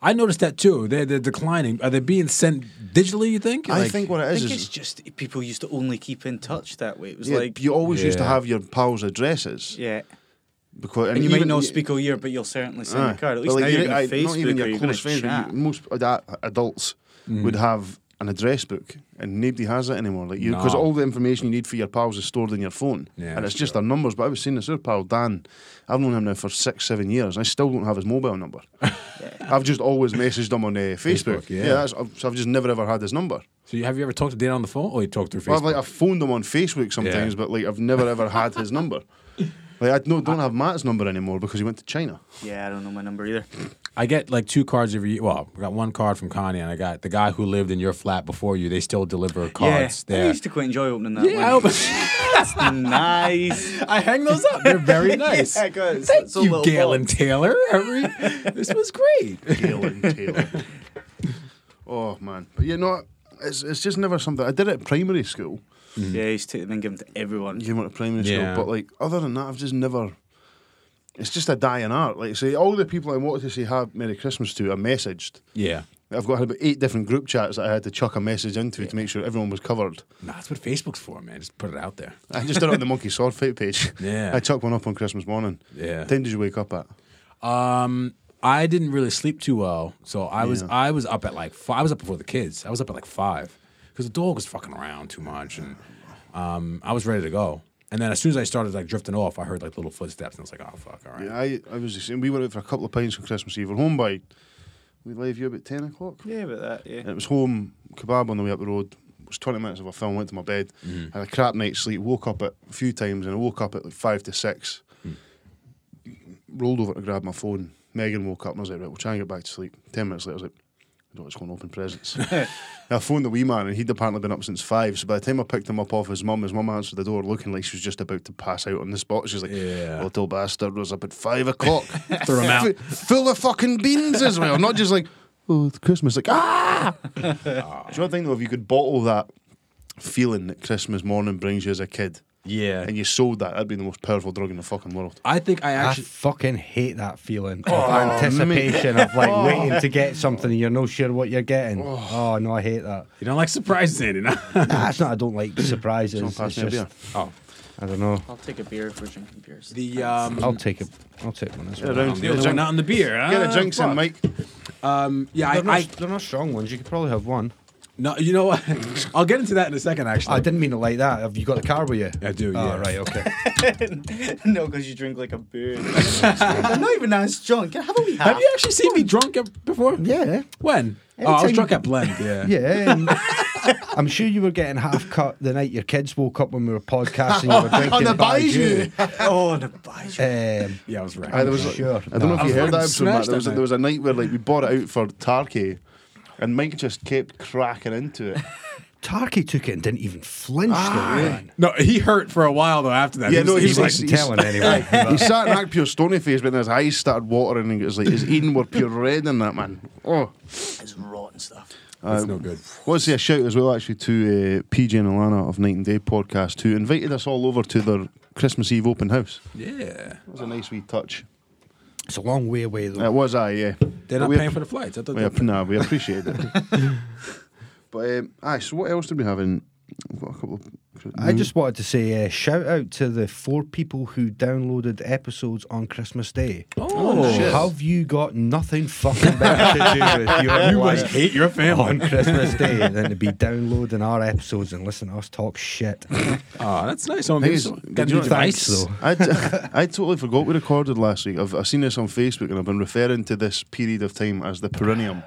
I noticed that too. They're, they're declining. Are they being sent digitally? You think?
I
Like-
think what
I
it is
think
is
it's just people used to only keep in touch that way. It was
yeah,
like,
you always used to
Yeah.
have your pals' addresses
yeah.
because
And you
even,
might not speak all year, but you'll certainly send
Aye.
a card. At
Ah, But,
least
like,
now
you
you're
didn't- aye, Not
going to Facebook
even
or
your
you're going
close
to
friends. but
chat.
you- most ad- adults would have an address book, and nobody has it anymore. Like you, because
No.
all the information you need for your pals is stored in your phone,
Yeah,
and
that's
it's just their numbers. But I was seeing this other pal Dan. I've known him now for six, seven years, and I still don't have his mobile number. I've just always messaged him on uh, Facebook.
Facebook, yeah.
that's, I've, so I've just never ever had his number.
So you, have you ever talked to Dan on the phone? Or you talked through Facebook?
Well, I've, like I've phoned him on Facebook sometimes, but like I've never ever had his number. Like I no, don't have Matt's number anymore because he went to China.
Yeah, I don't know my number either.
I get like two cards every year. Well, I got one card from Kanye, and I got the guy who lived in your flat before you. They still deliver cards
yeah, I
Oh, there.
used to quite enjoy opening that
Yeah, I,
one.
hope-
It's nice.
I hang those up. They're very nice.
Yeah, 'cause
Thank
it's a
you,
little
Galen
box.
Taylor. Every- this was great.
Galen Taylor. oh man, but you know, it's it's just never something. I did it at primary school.
Yeah, I used to take them and give them to everyone.
You went to primary
Yeah.
school, but like other than that, I've just never. It's just a dying art. Like say, all the people I wanted to say have Merry Christmas to, I messaged.
Yeah.
I've got about eight different group chats that I had to chuck a message into to make sure everyone was covered.
Nah, that's what Facebook's for, man. Just put it out there.
I just did it on the Monkey Sword Fight page.
Yeah.
I chucked one up on Christmas morning.
Yeah.
Time did you wake up at?
Um, I didn't really sleep too well, so I was I was up at like five, I was up before the kids. I was up at like five because the dog was fucking around too much, and um, I was ready to go. And then as soon as I started like drifting off, I heard like little footsteps, and I was like, oh fuck, all right.
Yeah, I, I was the same. We were out for a couple of pints on Christmas Eve. We're home by, we leave you about 10 o'clock.
Yeah, about that,
And
yeah.
it was home, kebab on the way up the road. It was 20 minutes of a film, went to my bed, had a crap night's sleep, woke up at a few times, and I woke up at like 5 to 6. Rolled over to grab my phone. Megan woke up and I was like, right, we'll try and get back to sleep. 10 minutes later, I was like, I don't just want open presents. I phoned the wee man, and he'd apparently been up since five. So by the time I picked him up off his mum, his mum answered the door looking like she was just about to pass out on the spot. She was like,
Yeah.
Little bastard was up at five o'clock.
Threw him out.
F- full of fucking beans as well. Not just like, oh, it's Christmas. Like, ah! Do you know the thing, though? If you could bottle that feeling that Christmas morning brings you as a kid
Yeah.
and you sold that, that'd be the most powerful drug in the fucking world.
I think I
I
actually.
fucking hate that feeling
Oh,
of anticipation of like waiting to get something and you're not sure what you're getting. Oh, no, I hate that.
you don't like surprises, Andy, no?
nah, that's not. I don't like surprises.
Someone pass
it's
me a
just-
beer.
oh.
I don't know.
I'll take a beer if we're drinking beers.
The, um.
I'll take it. I'll take one as
Yeah,
well.
round-
I'm
Um, get
the
a
only
drink-
one not on the beer.
Get
huh?
a drinks in,
Fuck.
Mike.
Um, yeah, I,
they're, not,
I,
they're not strong ones. You could probably have one.
no, you know what? I'll get into that in a second, actually.
I didn't mean it like that. Have you got the car with you?
I do,
Oh,
yeah.
right. Okay.
no, because you drink like a beer. I'm not even as drunk. How about we have?
Have you actually seen me drunk at- before?
yeah.
When? oh, I was
time-
drunk at Blend, yeah.
Yeah. and I'm sure you were getting half cut the night your kids woke up when we were podcasting. You were drinking
On the
Baijiu.
Oh, the bye.
Um,
Yeah, I was right.
Aye, there was
I'm
a-
sure.
I don't know
Nah.
if you heard that
Fucking
episode, Matt.
smashed
There was, a,
that
there was a night where like we bought it out for Tarkey, and Mike just kept cracking into it.
Tarky took it and didn't even flinch. though, man.
No, he hurt for a while though. After that,
Yeah, no,
he was
he's
like,
like-
Wasn't telling anyone.
he sat and acted pure stony face, but then his eyes started watering, and it was like his eating were pure red in that man. Oh,
It's rotten stuff.
"That's no good."
want to say a shout as well actually to uh, PJ and Alana of Night and Day podcast who invited us all over to their Christmas Eve open house.
Yeah,
That was a nice wee touch.
It's a long way away though.
It was I, yeah.
they're
But
not
we-
paying for the flights. I thought
We
they
app- nah, we appreciate it. but um, aye, so what else did we have in? We've got a couple. Of,
I just wanted to say uh, shout out to the four people who downloaded episodes on Christmas Day.
Oh, shit.
Have you got nothing fucking better to do with your
you must
life
hate your
on
family.
Christmas Day than to be downloading our episodes and listening to us talk shit?
oh, that's nice. On
Thing is,
got
did
new
you-
device
Thanks, though.
I, t- I totally forgot we recorded last week. I've, I've seen this on Facebook and I've been referring to this period of time as the perineum.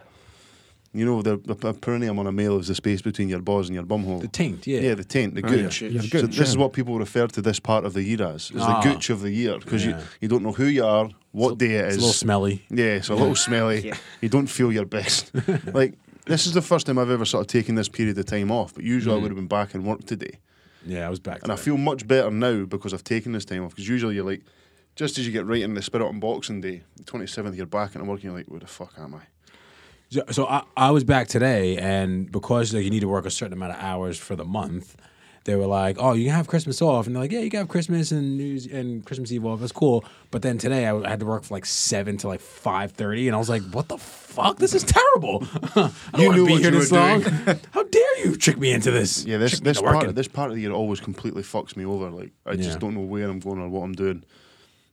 You know, the, the per- perineum on a male is the space between your balls and your bumhole.
The taint, yeah.
yeah. the taint, the
Oh, yeah.
gooch.
Your
so
gooch,
this is what people refer to this part of the year as, is
Ah.
the gooch of the year, because
Yeah.
you, you don't know who you are, what day it
It's
is.
a little smelly.
Yeah, it's a little smelly.
Yeah.
You don't feel your best. like, this is the first time I've ever sort of taken this period of time off, but usually
Mm.
I would have been back in work today.
Yeah, I was back.
And I
to that.
feel much better now because I've taken this time off. Because usually you're like, just as you get right in the spirit on Boxing Day, the 27th, you're back into work and you're like, where the fuck am I?
So, so I, I was back today, and because like, you need to work a certain amount of hours for the month, they were like, "Oh, you can have Christmas off," and they're like, "Yeah, you can have Christmas and New Year's- and Christmas Eve off. That's cool." But then today, I, I had to work from like seven to like five thirty, and I was like, "What the fuck? This is terrible! I don't
You
want to
knew
be
what
here
you
this
were
long.
doing.
How dare you trick me into this?
Yeah, this
Trick me
this
into
part
working.
this part of the year always completely fucks me over. Like I
Yeah.
just don't know where I'm going or what I'm doing.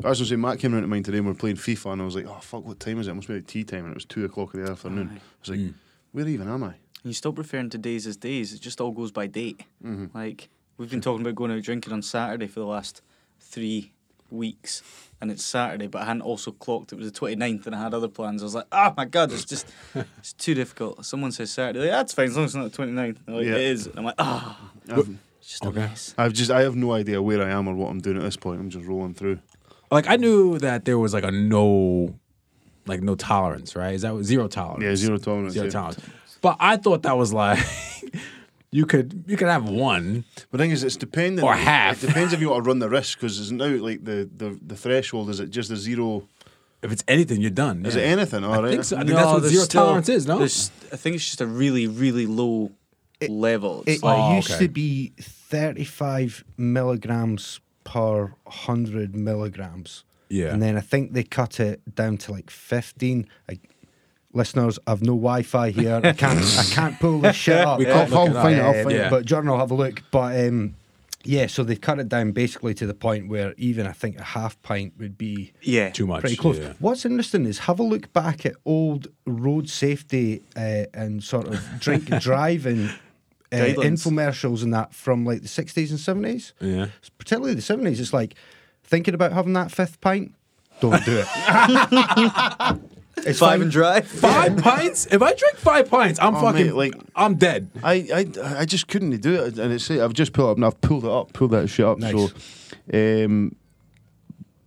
I was gonna say Matt came round to mine today and we were playing FIFA and I was like, Oh fuck, what time is it? It must be like tea time and it was two o'clock in the afternoon. I was like, Where even am I?
You stop referring to days as days. It just all goes by date. Like we've been talking about going out drinking on Saturday for the last three weeks, and it's Saturday, but I hadn't also clocked it was the 29th and I had other plans. I was like, oh my god, it's just it's too difficult. Someone says Saturday, like, that's fine as long as it's not the 29th. They're Like,
Yeah.
It is. And I'm like, ah,
I've,
it's just
Okay.
a mess.
I've just I have no idea where I am or what I'm doing at this point. I'm just rolling through.
like I knew that there was like a no, like no tolerance, right? Is that what- zero tolerance?
Yeah, zero tolerance.
zero
yeah.
tolerance. But I thought that was like you could you could have one.
But the thing is, it's dependent.
Or half.
It depends if you want to run the risk because it's now like the, the, the threshold is it just a zero?
If it's anything, you're done.
Is
yeah.
it anything? All right.
think so. I think that's what
there's
zero tolerance is, no?
there's- I think it's just a really, really low level. It's
It
like,
Oh,
used
okay.
to be 35 milligrams per 100 milligrams.
Yeah.
And then I think they cut it down to like 15. I, listeners, I've no Wi Fi here. I can't, I can't pull this shit up.
We can't look it up.
I'll
Um,
find
it.
But Jordan will have a look. But um, yeah, so they've cut it down basically to the point where even I think a half pint would be
yeah,
Too much.
pretty close.
yeah.
What's interesting is have a look back at old road safety uh, and sort of drink and driving uh,
Guidelines.
infomercials and that from like the sixties and seventies.
Yeah.
particularly the seventies. It's like thinking about having that fifth pint. Don't do it. it's
Five
fine.
and drive.
Five pints? If I drink five pints, I'm
Oh,
fucking
mate,
like
like-
I'm dead.
I, I I just couldn't do it, and it's I've just pulled up and I've pulled it up, pulled that shit up.
Nice.
So, um,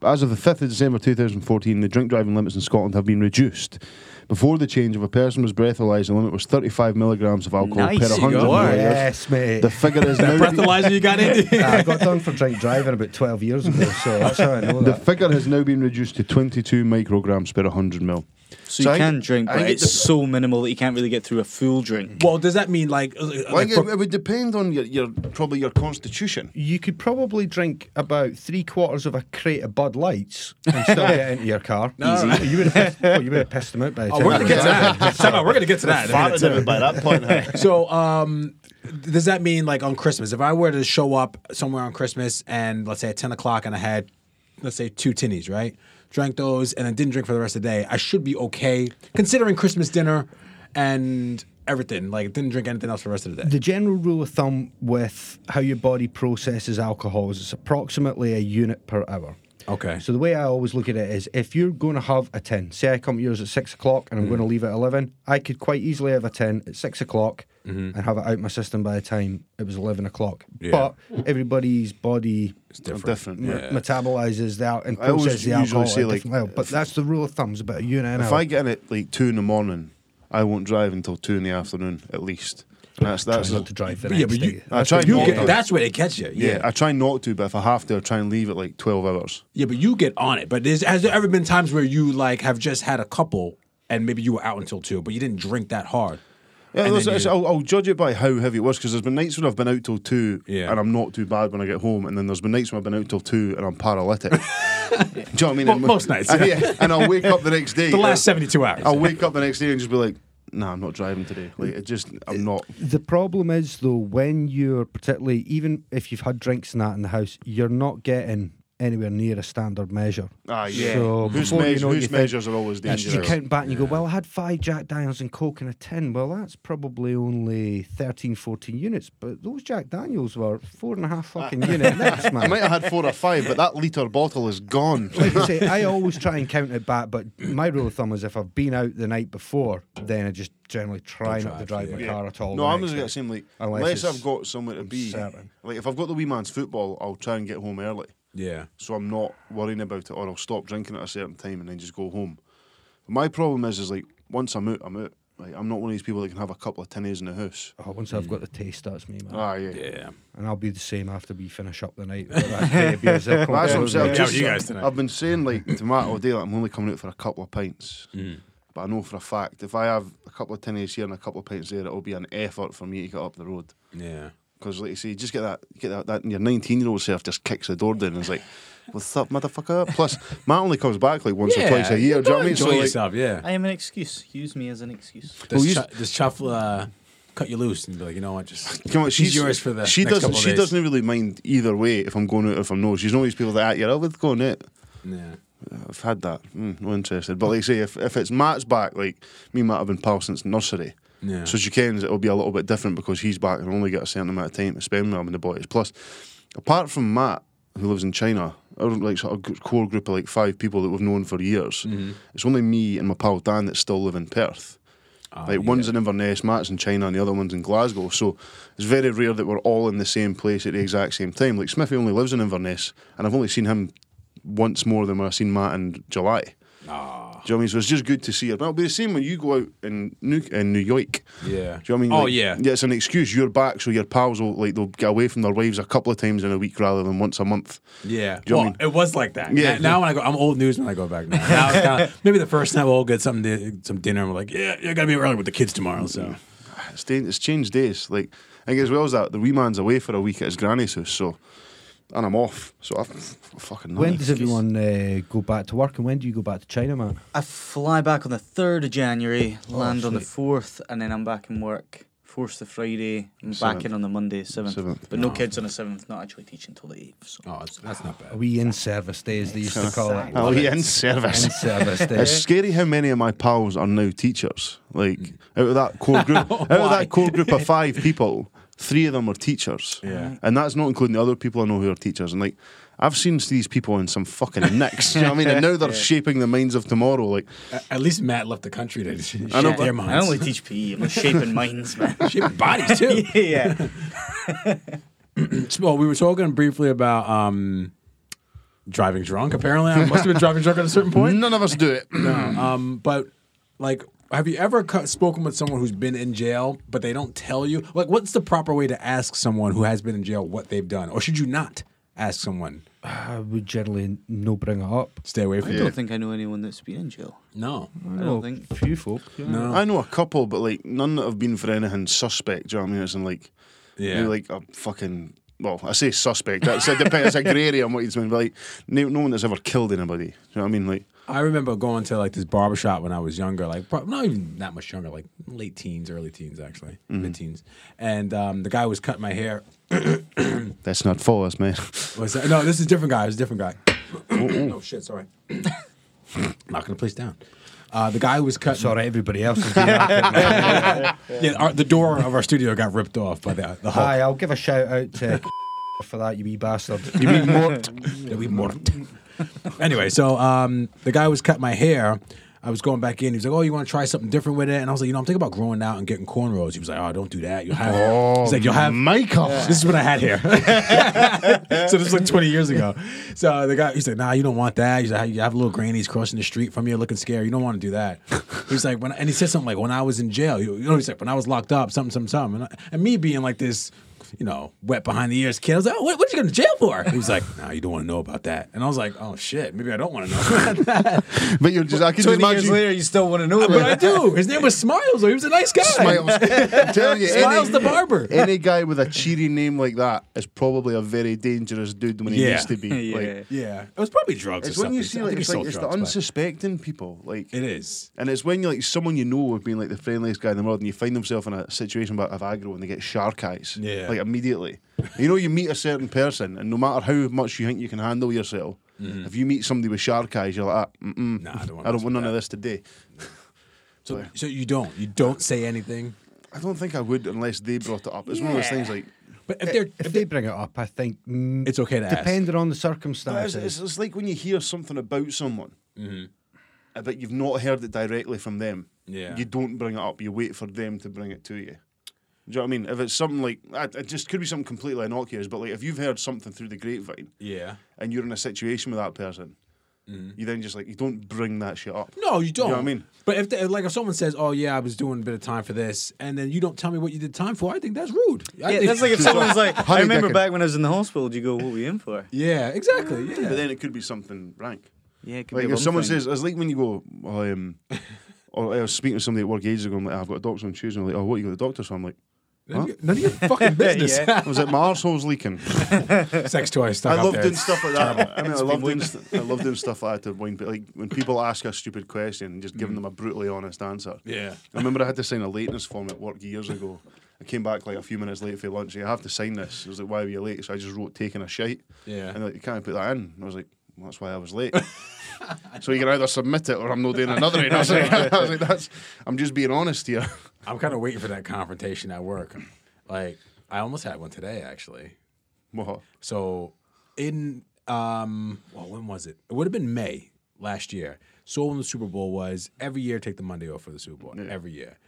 as of the fifth of December two thousand fourteen, the drink driving limits in Scotland have been reduced Before the change, if a person was breathalyzed, the limit was 35 milligrams of alcohol
Nice,
per
you
100
go.
milliliters.
Yes, mate.
The figure is now
Breathalyzer you got in?
I got done for drink driving about 12 years ago, so that's how I know
The
that.
figure has now been reduced to 22 micrograms per 100 mil.
So,
So I
you can
think-
drink,
I
but
think it
it's so minimal that you can't really get through a full drink.
well, does that mean like, uh, like
it,
for-
would depend on your, your probably your constitution.
You could probably drink about three quarters of a crate of Bud Lights and still get into your car.
No,
Easy. You would have pissed, well, you would have pissed them out by the
oh,
time
we're gonna
you
get to
got there.
that. Time out, we're gonna get to that. in a minute.
by that point.
So, um, does that mean like on Christmas, if I were to show up somewhere on Christmas and let's say at 10 o'clock and I had, let's say, two tinnies, right? Drank those and then didn't drink for the rest of the day, I should be okay considering Christmas dinner and everything. Like, didn't drink anything else for the rest of the day.
The general rule of thumb with how your body processes alcohol is it's approximately a unit per hour.
Okay.
So the way I always look at it is if you're going to have a 10, say I come to yours at 6 o'clock and I'm
Mm.
going to leave at 11, I could quite easily have a 10 at 6 o'clock and have it out my system by the time it was 11 o'clock.
Mm-hmm. Yeah.
But everybody's body
different.
me-
yeah.
metabolizes the al- and
I always
processes the
usually
alcohol at
say,
a
like,
different level. But
if-
that's the rule of thumb, is about a unit an
If
hour.
I get in at like two in the morning, I won't drive until two in the afternoon at least. And that's that's
Try not to drive the
But yeah,
next
but you,
day.
I tried
you
not
get,
to.
that's where they catch you.
yeah,
Yeah. yeah.
I try not to, but if I have to, I try and leave at like twelve hours.
but you get on it. But there's, has there ever been times where you like have just had a couple and maybe you were out until two, but you didn't drink that hard?
Yeah,
And
listen,
then
it's-
you-
I'll, I'll judge it by how heavy it was because there's been nights when I've been out till two
Yeah.
and I'm not too bad when I get home, and then there's been nights when I've been out till two and I'm paralytic. Do you know what I mean?
Mo-
And-
most nights,
And,
yeah.
yeah, and I'll wake up the next day.
The last 72 hours.
I'll wake up the next day and just be like, "Nah, I'm not driving today. Like, it just, I'm not."
The problem is though when you're particularly even if you've had drinks and that in the house, you're not getting anywhere near a standard measure.
Ah, yeah.
So
whose
before you
meas-
know it,
whose
you think-
measures are always dangerous?
You count back and you go, well, I had five Jack Daniels and Coke in a tin. Well, that's probably only 13, 14 units, but those Jack Daniels were four and a half
Ah.
fucking unit next,
I
man.
might have had four or five, but that litre bottle is gone.
Like I say, I always try and count it back, but my rule of thumb is if I've been out the night before, then I just generally try
Don't
not to
drive,
drive my
yeah.
car at all.
No,
the
I'm
next
just gonna
day.
seem like
Unless
unless
it's
I've got somewhere to be.
certain.
Like if I've got the wee man's football, I'll try and get home early,
Yeah.
so I'm not worrying about it, or I'll stop drinking at a certain time and then just go home. But my problem is, is like once I'm out, I'm out. Like I'm not one of these people that can have a couple of tinnies in the house.
Oh, once I've got the taste, that's me, man.
Ah, yeah.
Yeah.
And I'll be the same after we finish up the night. But that day of beers, I'll come
That's what
over
I'm saying.
and-
I've
Yeah,
just-
you guys tonight.
I've been saying like to Matt all day, like, I'm only coming out for a couple of pints.
Mm.
But I know for a fact if I have a couple of tinnies here and a couple of pints there, it'll be an effort for me to get up the road.
Yeah.
Because, like you say, you just get that, get that, that your 19 year old self just kicks the door down and is like, What's up, motherfucker? Plus, Matt only comes back like once or twice a year. Do you know what I mean?
Enjoy
So, like,
yourself, yeah.
I am an excuse. Use me as an excuse.
Does,
Well, you-
Chuff does Chuff uh, cut you loose and be like, you know what, just
come on, she's
she's yours for the
She
next
doesn't.
couple of
She
days.
doesn't really mind either way if I'm going out or if I'm not. She's one of these people that at you, with going out.
Yeah.
I've had that. Mm, no interested. But like I say, if, if it's Matt's back, like me and Matt have been pals since nursery.
Yeah.
So she can it'll be a little bit different because he's back and only get a certain amount of time to spend with him and the boys. Plus, apart from Matt, who lives in China, our like sort of g- core group of like five people that we've known for years,
Mm-hmm.
it's only me and my pal Dan that still live in Perth.
Ah,
like
yeah.
one's in Inverness, Matt's in China, and the other one's in Glasgow. So it's very rare that we're all in the same place at the exact same time. Like Smithy only lives in Inverness, and I've only seen him once more than when I seen Matt in July. Do you know what I mean? So it's just good to see her. But it'll be the same when you go out in New in New York.
Yeah.
Do you know what I mean?
Oh,
Like,
yeah.
Yeah, it's an excuse. You're back, so your pals will like they'll get away from their wives a couple of times in a week rather than once a month.
Yeah.
Do you know
well,
what I
it was like that.
Yeah.
Yeah. Now, when I go, I'm old news when I go back now. now it's kinda, maybe the first night we'll get something, to, some dinner, and we're like, yeah, I gotta be early with the kids tomorrow. So
It's, da- it's changed days. Like I think as well as that, the wee man's away for a week at his granny's house, so and I'm off. So I've fucking
When
nothing.
does everyone uh, go back to work and when do you go back to China, man?
I fly back on the 3rd of January,
Oh,
land on the
sweet.
4th, and then I'm back in work. 4th to Friday, I'm
Seventh.
back in on the Monday, 7th.
Seventh.
But no kids on the 7th, not actually teaching till the 8th. So.
oh, it's, that's not bad.
A wee in service day, as they used to call it.
Oh,
Love
yeah,
it.
in service.
In service day.
It's scary how many of my pals are now teachers. Like out of that core group, out of
Why?
that core group of five people, three of them are teachers.
Yeah.
and that's not including the other people I know who are teachers. And like, I've seen these people in some fucking nicks. you know what I mean? And now they're shaping the minds of tomorrow. Like,
A- At least Matt left the country to shape
know, but
their
I
minds.
only teach PE, I'm not shaping minds, man.
shape bodies too.
yeah.
Well, we were talking briefly about um, driving drunk. Apparently, I must have been driving drunk at a certain point.
none of us do it.
Um, but like Have you ever co- spoken with someone who's been in jail, but they don't tell you? Like, what's the proper way to ask someone who has been in jail what they've done, or should you not ask someone?
I would generally no bring it up.
Stay away
I
from
don't
it.
think I know anyone that's been in jail.
No,
I don't think.
few folk.
no.
I know a couple, but like none that have been for anything suspect. Do you know what I mean? As in like,
Yeah.
they're, like a fucking. Well, I say suspect. That's a depend. it's a grey area on what he's been. But like, no, no one that's ever killed anybody. Do you know what I mean? Like,
I remember going to like this barbershop when I was younger, like prob- not even that much younger, like late teens, early teens, actually, mid teens. And um, the guy was cutting my hair.
that's not for us, man.
Was that? No, this is a different guy. It was a different guy. oh, shit, sorry. Knocking the place down. Uh, the guy was cutting.
Sorry, everybody else. Is doing that.
Yeah, our, the door of our studio got ripped off by the, the Hulk.
Hi, I'll give a shout out to for that, you wee bastard.
You mean mort? we mort. anyway, so um, the guy was cutting my hair. I was going back in. He was like, "Oh, you want to try something different with it?" And I was like, "You know, I'm thinking about growing out and getting cornrows." He was like, "Oh, don't do that. You'll have."
Oh,
he's like, "You'll have."
Michael.
This is what I had here. so this was like 20 years ago. So the guy, he's like, "Nah, you don't want that." He's like, "You have little grannies crossing the street from you, looking scary. You don't want to do that." He's like, "When," and he said something like, "When I was in jail, you you know," he's like, "When I was locked up, something, something, something," and, I, and me being like this. You know, wet behind the ears, kid. I was like, oh, what, what you going to jail for? He was like, nah, you don't want to know about that. And I was like, oh shit, maybe I don't want to know about that.
But you're just. I can just imagine. you-
you still want to know
but I do. His name was Smiles, though. He was a nice guy.
Smiles. I'm telling you, any-
Smiles the barber.
Any guy with a cheery name like that is probably a very dangerous dude when he
Yeah.
needs to be.
Yeah.
Like,
Yeah, it was probably drugs.
it's
or
when
something.
you see
I
like
think he
it's, like,
sold
it's the
drugs, but-
unsuspecting people. Like,
It is.
and it's when you like someone you know of being like the friendliest guy in the world, and you find themselves in a situation about of aggro and they get shark eyes.
Yeah.
Like immediately, you know, you meet a certain person, and no matter how much you think you can handle yourself, if you meet somebody with shark eyes, you're like, ah, mm-mm,
Mm-hmm. Nah, I don't want.
I don't want none of this today.
So, so you don't. You don't say anything.
I don't think I would unless they brought it up. It's one of those things like.
But
Eh,
if they're,
If they bring it up, I think mm,
It's okay to ask.
depending on the
But it's, it's,
circumstances.
it's like when you hear something about someone,
Mm-hmm.
uh, but you've not heard it directly from them.
Yeah.
You don't bring it up. You wait for them to bring it to you. Do you know what I mean? If it's something like I- it, just could be something completely innocuous, but like if you've heard something through the grapevine
yeah.
and you're in a situation with that person, you then just like you don't bring that shit up.
Mm-hmm. No, you don't.
You know what I mean?
But if they, like if someone says, "Oh yeah, I was doing a bit of time for this," and then you don't tell me what you did time for, I think that's rude. I
Yeah,
think-
that's like if someone's like, I
Honey
remember
Dicker.
back when I was in the hospital, do you go, what were you in for?
yeah, exactly.
But
Yeah.
then it could be something rank.
Yeah, it could
Like
be
if
one
someone
thing.
says, it's like when you go, "Oh, um, or I was speaking to somebody at work ages ago. I'm like, I've got a doctor on Tuesday. And they're like, oh, what you got the doctor for? I'm like,
None of your- none of your fucking business.
I was like, my arsehole's leaking.
Sex toys stuck
I
up
love
there.
doing stuff like that. I mean, I love doing st- I love doing stuff like that to wind. But like when people ask a stupid question, just giving them a brutally honest answer.
Mm. Yeah.
I remember I had to sign a lateness form at work years ago. I came back like a few minutes late for lunch. You have to sign this. I was like, why were you late? So I just wrote taking a shite.
Yeah.
And they're like, you can't put that in. And I was like, well, that's why I was late. so you can either submit it or I'm not doing another. one. I was like, I was like that's. I'm just being honest here.
I'm kind of waiting for that confrontation at work. Like I almost had one today, actually.
What?
So in um well when was it? It would have been May last year. So when the Super Bowl was, every year take the Monday off for the Super Bowl. Every year.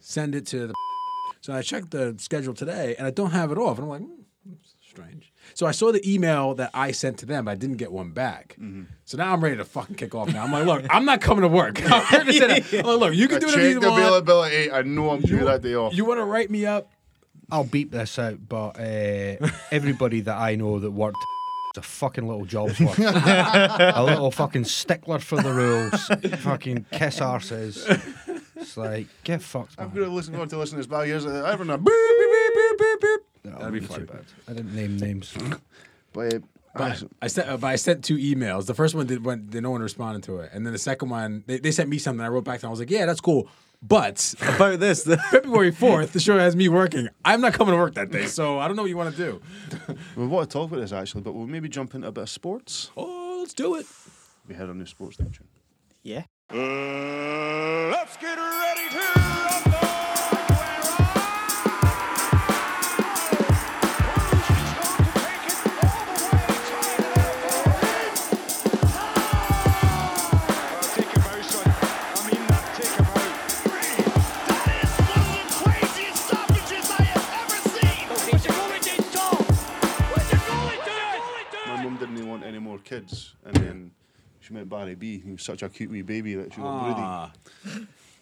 Send it to the So I checked the schedule today and I don't have it off. And I'm like, hmm, that's strange. So I saw the email that I sent to them, but I didn't get one back. So now I'm ready to fucking kick off now. I'm like, look, I'm not coming to work. I'm, ready to send it. I'm like, look, you can do whatever you
Check the
want.
availability. I know I'm due that day off.
You want to write me up?
I'll beep this out, but uh, everybody that I know that worked is a fucking little job's worth. a little fucking stickler for the rules. fucking kiss arses. It's like get fucked,
I'm
man.
going to listen to listen to this back. Here's a- I don't know.
That'll be too bad. I didn't name names.
But, uh,
But I sent, uh, but I sent two emails. The first one did went, did no one responded to it, and then the second one they, they sent me something. I wrote back to them. I was like, yeah, that's cool, but
about this. the-
February fourth, the show has me working. I'm not coming to work that day, so I don't know what you want to do.
we want to talk about this actually, but we'll maybe jump into a bit of sports.
Oh, let's do it.
We had a new sports section.
yeah.
Uh, let's get ready to. My mum didn't want any more
Ah.
kids, and then she met Barry B, who's such a cute wee baby that she got broody.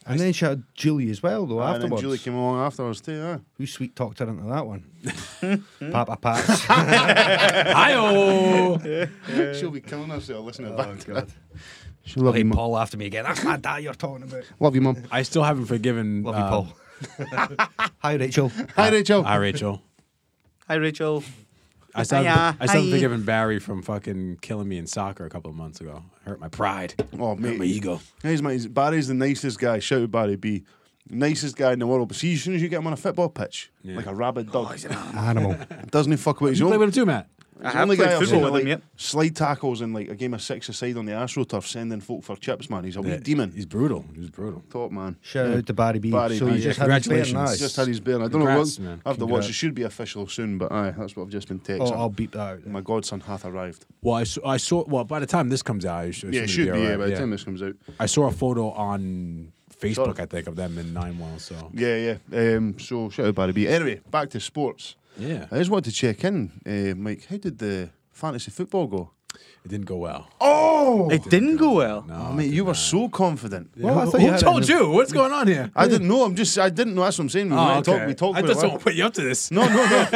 And then she had Julie as well, though,
And then
afterwards.
Julie came along afterwards too. Yeah.
Who sweet talked her into that one? Papa Pats.
Hi-oh! Uh,
She'll be killing herself listening
oh,
back to that.
God.
She love
Hey,
you, mum.
Paul after me again. That's my dad you're talking about.
Love you, mum.
I still haven't forgiven.
Love you,
uh,
Paul. Um, Hi, Rachel.
Hi, Rachel.
Hi, Rachel.
Hi, Rachel.
I still,
Hiya.
haven't, I still haven't
Hi.
forgiven Barry from fucking killing me in soccer a couple of months ago. Hurt my pride.
Oh,
Hurt
mate.
my ego.
He's my, he's- Barry's the nicest guy. Shout out Barry B. Nicest guy in the world. But see, as soon as you get him on a football pitch,
Yeah. Oh,
like a rabid dog,
Animal.
doesn't he fuck about his
You play
own.
with him too, Matt.
I
He's
have played
I've
football
seen
with
like,
him, yep.
Slide tackles and like a game of six aside on the AstroTurf, sending folk for chips, man. He's a
Yeah,
wee demon.
He's brutal. He's brutal.
top man.
Shout out to Barry B.
Barry
so
B,
you
yeah,
just had his bear
congratulations.
nuts.
He's just had his bear. and I don't
Congrats,
know
man.
what. After watch,
Congrats.
it should be official soon, but aye, that's what I've just been texting.
Oh, I'll beep that out. then.
My godson hath arrived.
Well, I saw, I saw. Well, by the time this comes out, I should,
Yeah, it should be.
all
yeah,
right,
by the time this comes out.
I saw a photo on Facebook,
Sorry.
I think, of them in nine one. So
Yeah, yeah. Um, so shout out Barry B. Anyway, back to sports.
yeah,
I just wanted to check in, uh, Mike. How did the fantasy football go?
it didn't go well.
Oh,
It didn't go well.
No,
oh mate, you were so confident.
Well, I
who
thought you
who
had it
told
in
you? What's going on here?
I didn't know. I'm just. I didn't know. That's what I'm saying. We,
Oh,
went and
okay.
talked, we talked.
I
about
just
it
don't put you up to this.
No, no, no.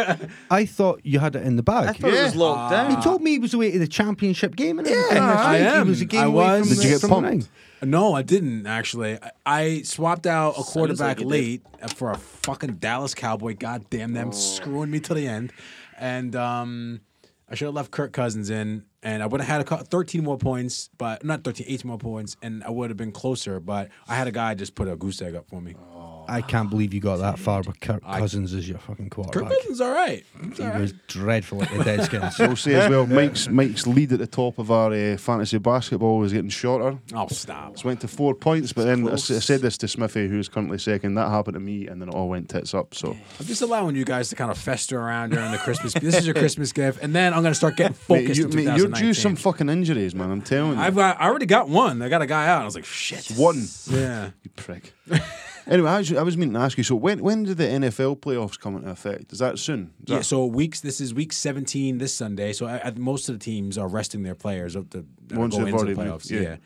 I thought you had it in the
I
bag.
thought it was
Yeah.
locked down.
he
Ah.
told me he was away to the championship game and everything.
Yeah,
That's
I
right.
am.
He was a game
I
away
was.
From
Did
the,
you get
from the
pumped?
nine.
No, I didn't actually. I, I swapped out a
Sounds
quarterback
like you
late for a fucking Dallas Cowboy. God damn
Oh.
them, screwing me to the end. And um, I should have left Kirk Cousins in, and I would have had a cou- 13 more points, but not 13, 18 more points, and I would have been closer. But I had a guy just put a goose egg up for me.
Oh,
I can't believe you got that far with Kirk Cousins as your fucking
Kirk
quarterback.
Cousins, all right. It's
He
all right.
was dreadful at the dead skins.
We'll say as well. Mike's Mike's lead at the top of our uh, fantasy basketball was getting shorter.
Oh, stop.
It's went to four points, but then I, s- I
close.
said this to Smithy, who's currently second. That happened to me, and then it all went tits up. So
I'm just allowing you guys to kind of fester around during the Christmas. this is your Christmas gift, and then I'm gonna start getting focused.
Mate, you,
in
are due
2019.
some fucking injuries, man. I'm telling you.
I've got, I already got one. I got a guy out. I was like, shit.
one.
Yeah.
You prick. anyway, I was, I was meaning to ask you. So when when do the NFL playoffs come into effect? Is that soon? Is
Yeah.
that-
So weeks. This is week 17 this Sunday. So I, I, most of the teams are resting their players up to that
Once
go
they've
into the
already
playoffs.
moved, yeah.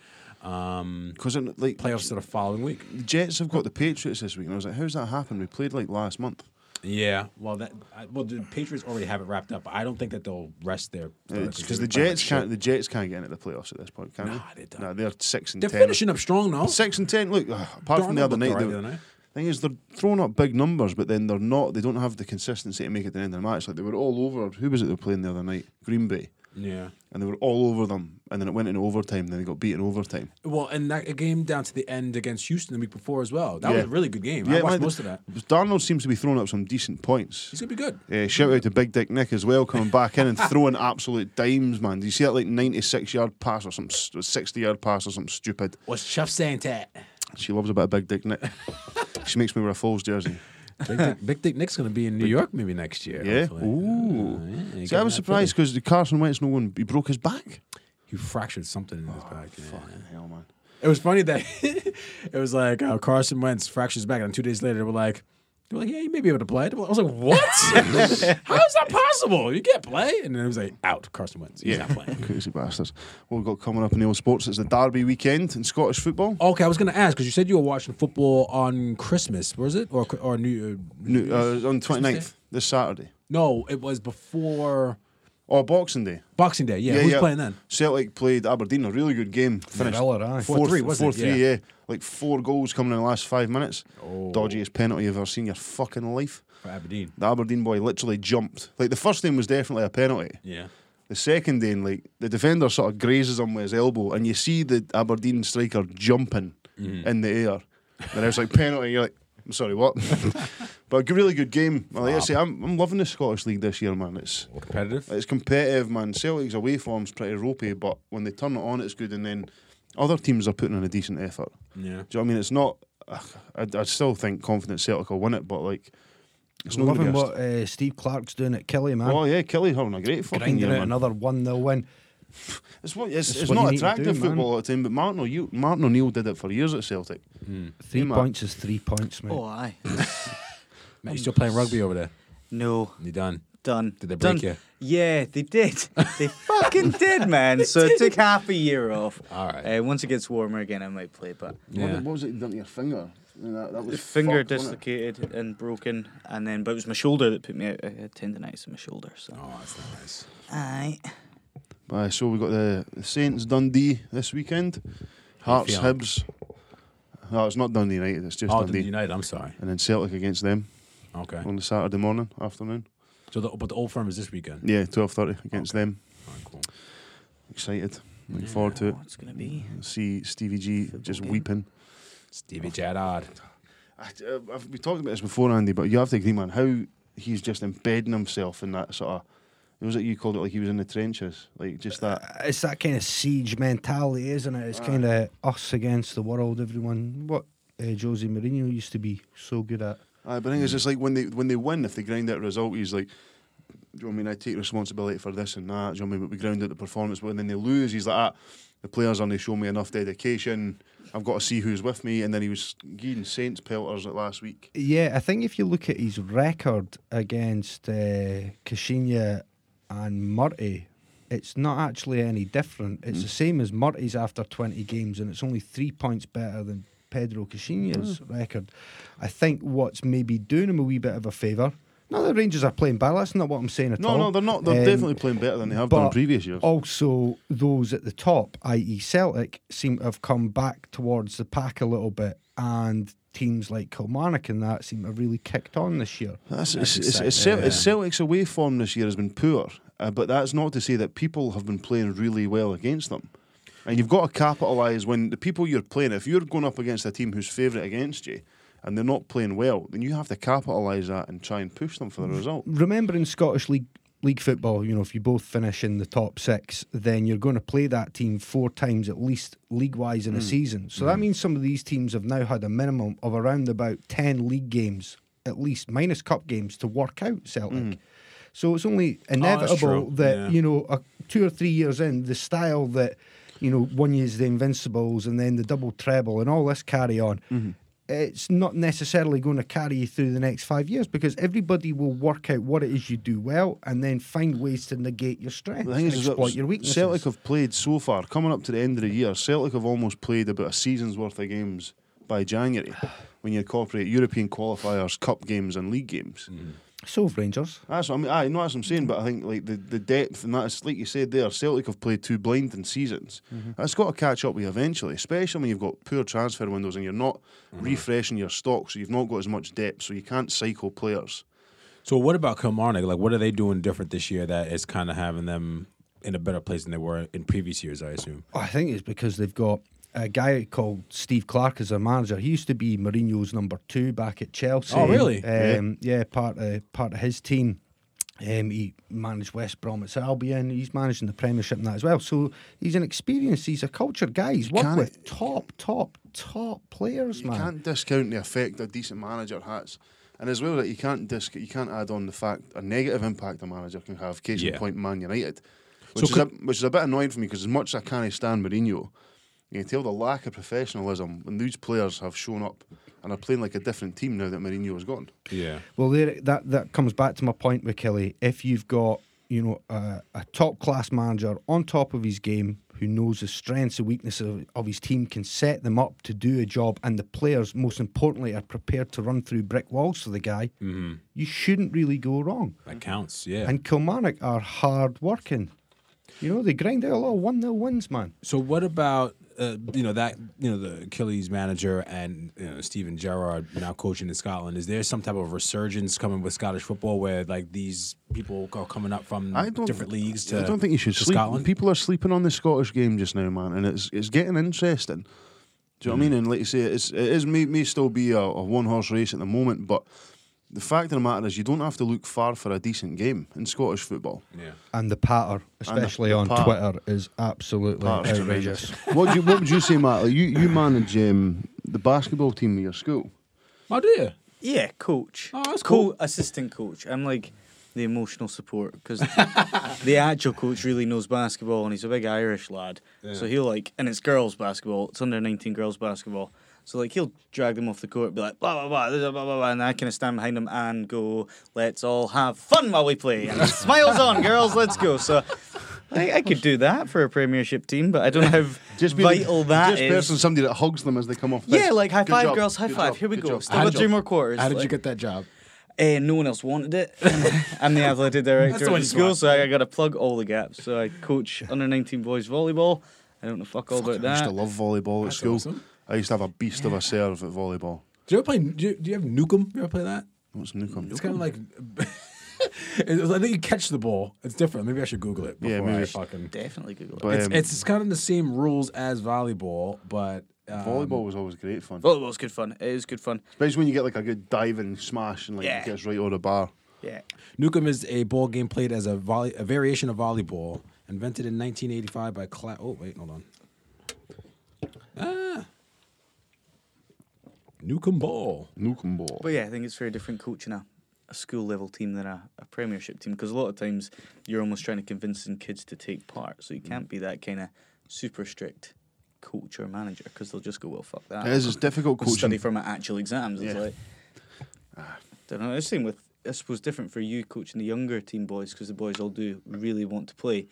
yeah. Um,
Because like
playoffs are the following week.
the Jets have got the Patriots this week, and I was like, "How's that happened? We played like last month."
Yeah. Well, that. I, well, the Patriots already have it wrapped up. I don't think that they'll rest their.
Because Uh, the Jets can't, the Jets can't get into the playoffs at this point, can
Nah, they don't.
Nah, they're six and
They're
ten.
finishing up strong though.
Six and ten. Look, ugh, apart from the
Darnold
other
looked
night,
all right
they-
the other night.
thing is, they're throwing up big numbers, but then they're not. They don't have the consistency to make it to the end of the match. Like they were all over. Who was it they were playing the other night? Green Bay,
Yeah.
and they were all over them. And then it went into overtime. Then they got beaten overtime.
Well, and that game down to the end against Houston the week before as well. That
Yeah.
was a really good game. I
it
watched
might-
most of that.
Darnold seems to be throwing up some decent points.
He's gonna be good.
Uh, shout out to Big Dick Nick as well, coming back in and throwing absolute dimes, man. Do you see that like ninety-six yard pass or some sixty yard pass or something stupid?
What's Chef saying that?
She loves a bit of Big Dick Nick. she makes me wear a Falls jersey.
Big Dick, Big Dick Nick's gonna be in New York maybe next year.
Yeah.
hopefully.
Ooh.
Uh, yeah, you
See, I
getting
was
that
surprised because Carson Wentz, no one, he broke his back.
footy. He fractured something in his back. yeah.
Hell, man.
It was funny that it was like uh, Carson Wentz fractures his back, and two days later they were like, they were like, yeah, you may be able to play. They were- I was like, what? How is that possible? You can't play. And then it was like, out, Carson Wentz. He's not playing.
Crazy bastards. What we've got coming up in the old sports, it's the Derby weekend in Scottish football.
Okay, I was gonna ask because you said you were watching football on Christmas, was it, or or New? Uh,
New, uh, on 29th,
Day?
this Saturday.
no, it was before
Or Boxing Day.
Boxing Day. Yeah, who's playing then?
Celtic played Aberdeen, a really good game. Finished
Miller, aye.
4-3, wasn't it?
4-3, yeah. Like four goals coming in the last five minutes.
Oh.
Dodgiest penalty you've ever seen in your fucking life.
For Aberdeen.
The Aberdeen boy literally jumped. Like the first name was definitely a penalty.
Yeah.
The second day, and like the defender sort of grazes him with his elbow, and you see the Aberdeen striker jumping in the air. And I was like, penalty. You're like, I'm sorry, what? but a g- really good game. Well, Like I say, I'm, I'm loving the Scottish League this year, man. It's
Competitive.
it's competitive, man. Celtic's away form's pretty ropey, but when they turn it on, it's good. And then other teams are putting in a decent effort.
Yeah.
Do you know what I mean? It's not. ugh, I, I still think confident Celtic will win it, but like, it's not. Gonna
Loving
be a
what uh, Steve Clark's doing at Kelly, man.
oh yeah, Kelly having a great fucking
Grinding
year,
out
man.
another 1 0 win.
It's what it's,
It's
it's
what you
not
need to
attractive
do, man.
football at the time, but Martin O'Neill, Martin O'Neill did it for years at Celtic.
Three
Yeah, man.
points is three points, mate.
Oh, aye.
Matt, you still playing rugby over there?
No.
You done?
done.
Did they
done.
break you?
Yeah, they did. They fucking did, man. So it took half a year off.
All right.
Uh, once it gets warmer again, I might play, but
What,
Yeah.
did- what was it done to your finger? I mean, that, that was
finger
fucked, wasn't it?
dislocated and broken, and then but it was my shoulder that put me out. I had tendonitis in my shoulder, so.
Oh, that's not nice.
Aye.
Aye, so we got the, the Saints Dundee this weekend. Hearts
feeling?
Hibs. No, it's not Dundee United. It's just
Oh,
Dundee.
the United. I'm sorry.
and then Celtic against them
Okay.
on the Saturday morning afternoon.
So, the, but the old firm is this weekend.
Yeah, twelve thirty against them.
All right, cool.
Excited, looking forward to it.
Oh, it's gonna be.
See Stevie G
Football
just
game.
weeping.
Stevie Gerrard.
I, uh, I've- we talked about this before, Andy, but you have to agree, man, how he's just embedding himself in that sort of. It was like you called it, like he was in the trenches, like just that.
It's that kind of siege mentality, isn't it? It's
Aye.
kind of us against the world, everyone. What uh, Jose Mourinho used to be so good at.
Aye, but I think it's just like when they when they win, if they grind out a result, he's like, "Do you know what I mean? I take responsibility for this and that. Do you know what I mean? But we ground out the performance. But when then they lose, he's like, ah, the players aren't showing me enough dedication. I've got to see who's with me. And then he was getting Saints pelters like last week.
Yeah, I think if you look at his record against uh, Kashinya and Murty, it's not actually any different. It's
Hmm.
the same as Murty's after 20 games, and it's only three points better than Pedro Kashinya's
Hmm.
record. I think what's maybe doing him a wee bit of a favour. Not that Rangers are playing bad. That's not what I'm saying at
No,
all.
no, they're not. They're
Um,
definitely playing better than they have done in
but
previous years.
Also, those at the top, i.e., Celtic, seem to have come back towards the pack a little bit, and teams like Kilmarnock and that seem to have really kicked on this year.
That's,
That's
it's, it's, it's,
exciting,
Cel-
yeah.
it's Celtic's away form this year has been poor, uh, but that's not to say that people have been playing really well against them. And you've got to capitalise when the people you're playing, if you're going up against a team who's favourite against you and they're not playing well, then you have to capitalise that and try and push them for the
Mm.
result.
Remembering Scottish League League football, you know, if you both finish in the top six, then you're going to play that team four times at least league wise in a season. So that means some of these teams have now had a minimum of around about ten league games at least, minus cup games, to work out Celtic. So it's only
that's
inevitable
true.
that
Yeah.
you know, a, two or three years in, the style that you know, one year's the Invincibles and then the double treble and all this carry on.
Mm-hmm.
It's not necessarily going to carry you through the next five years because everybody will work out what it is you do well and then find ways to negate your strengths,
The thing is, is that
exploit your weaknesses.
Celtic have played so far, coming up to the end of the year, Celtic have almost played about a season's worth of games by January when you incorporate European qualifiers, cup games, and league games.
Mm. so have Rangers.
That's what I mean. I know that's what I'm saying, but I think like the, the depth and that's like you said there. Celtic have played two blinding seasons. That's got to catch up with you eventually, especially when you've got poor transfer windows and you're not refreshing your stock, so you've not got as much depth, so you can't cycle players.
So, what about Kilmarnock? Like, what are they doing different this year that is kind of having them in a better place than they were in previous years? I assume.
I think it's because they've got a guy called Steve Clark as their manager. He used to be Mourinho's number two back at Chelsea.
Oh, really?
Um, yeah. part of part of his team. Um, he managed West Bromwich Albion. He's managing the Premiership and that as well. So he's an experienced. He's a cultured guy. He's worked
can't-
with top, top, top players,
You
man.
can't discount the effect a decent manager has. And as well that you can't disc- you can't add on the fact a negative impact a manager can have. Case
Yeah.
in point, Man United,
So
which, is
could-
a, which is a bit annoying for me because as much as I can't stand Mourinho, you can tell the lack of professionalism when these players have shown up and are playing like a different team now that Mourinho has gone.
Yeah.
Well, there, that that comes back to my point with Kelly. If you've got you know a, a top class manager on top of his game who knows the strengths and weaknesses of, of his team, can set them up to do a job, and the players, most importantly, are prepared to run through brick walls for the guy, you shouldn't really go wrong.
That counts. Yeah.
And Kilmarnock are hard working. You know they grind out a lot of one 0 wins, man.
So what about uh, you know that you know the Achilles manager and you know, Steven Gerrard now coaching in Scotland? Is there some type of resurgence coming with Scottish football where like these people are coming up from
I don't
different leagues to
I don't think you should
to
sleep.
Scotland?
People are sleeping on the Scottish game just now, man, and it's it's getting interesting. Do
Mm.
you know what I mean? And like you say, it's, it is may, may still be a, a one horse race at the moment, but the fact of the matter is, you don't have to look far for a decent game in Scottish football.
yeah.
And the patter, especially on
patter.
Twitter, is absolutely
Patter's
outrageous.
what do you, What would you say, Matt? Like, you you manage um, the basketball team at your school.
Oh dear.
Yeah, coach.
Oh, that's
Co-
cool.
Assistant coach. I'm like the emotional support because the actual coach really knows basketball and he's a big Irish lad. So he'll like, and it's girls basketball. It's under 19 girls basketball. So like he'll drag them off the court, be like blah blah blah, this is blah blah blah, and I kind of stand behind him and go, "Let's all have fun while we play." And smiles on, girls, let's go. So. I, I could do that for a Premiership team, but I don't know how
Just be
vital
the,
that
just
is.
person, somebody that hugs them as they come off.
Yeah,
this.
like high
Good
five,
job,
girls, high
good
five.
job,
Here we
good
go.
job.
Still got three more quarters.
How did you
like-
get that job?
Eh, no one else wanted it. I'm the athletic director
the
at
one
the
you
school,
want.
so I got to plug all the gaps. So I coach under 19 boys volleyball. I don't know fuck all about
I used to
that.
love volleyball at
That's
school.
awesome.
I used to have a beast of a serve at volleyball.
Do you ever play? Do you, do you have Nukem? You ever play that?
What's Nukem?
It's kind of like. It was- I think you catch the ball. It's different. Maybe I should Google it
Yeah,
before
maybe
I
it's-
fucking.
Definitely Google it.
But,
It's,
um,
it's, it's kind of the same rules as volleyball, but um,
volleyball was always great fun,
Volleyball's good fun. It is good fun.
especially when you get like a good dive and smash and like
Yeah.
it gets right over the bar.
Yeah.
Nukem is a ball game played as a volley, a variation of volleyball, invented in 1985 by Cla- Oh wait, hold on. Ah, Nukem ball.
Nukem ball.
But yeah, I think it's very different coaching a, a school level team than a, a Premiership team because a lot of times you're almost trying to convince some kids to take part. So you
Mm.
can't be that kind of super strict coach or manager because they'll just go, well, fuck that.
It is. It's difficult coaching.
study for my actual exams. It's
Yeah. Ah.
like, don't know. It's same with, I suppose, different for you coaching the younger team boys because the boys all do really want to play.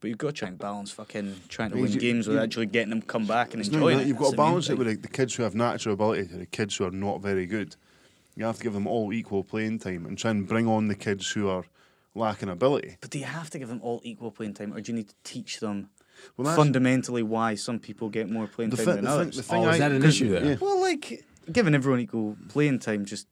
But you've got to try and balance fucking trying to
Well,
win
Mm-hmm. you-
games
you-
with actually getting them come back and
It's not even
enjoying
that.
it.
You've got
That's
to
the main
balance it
thing.
with the, the kids who have natural ability to the kids who are not very good. You have to give them all equal playing time and try and bring on the kids who are lacking ability.
But do you have to give them all equal playing time, or do you need to teach them
Well, that's-
fundamentally why some people get more playing time
thi-
than
the, thing,
others?
the thing
Oh, is
I-
that an
'cause-
issue there?
yeah.
Well, like giving everyone equal playing time just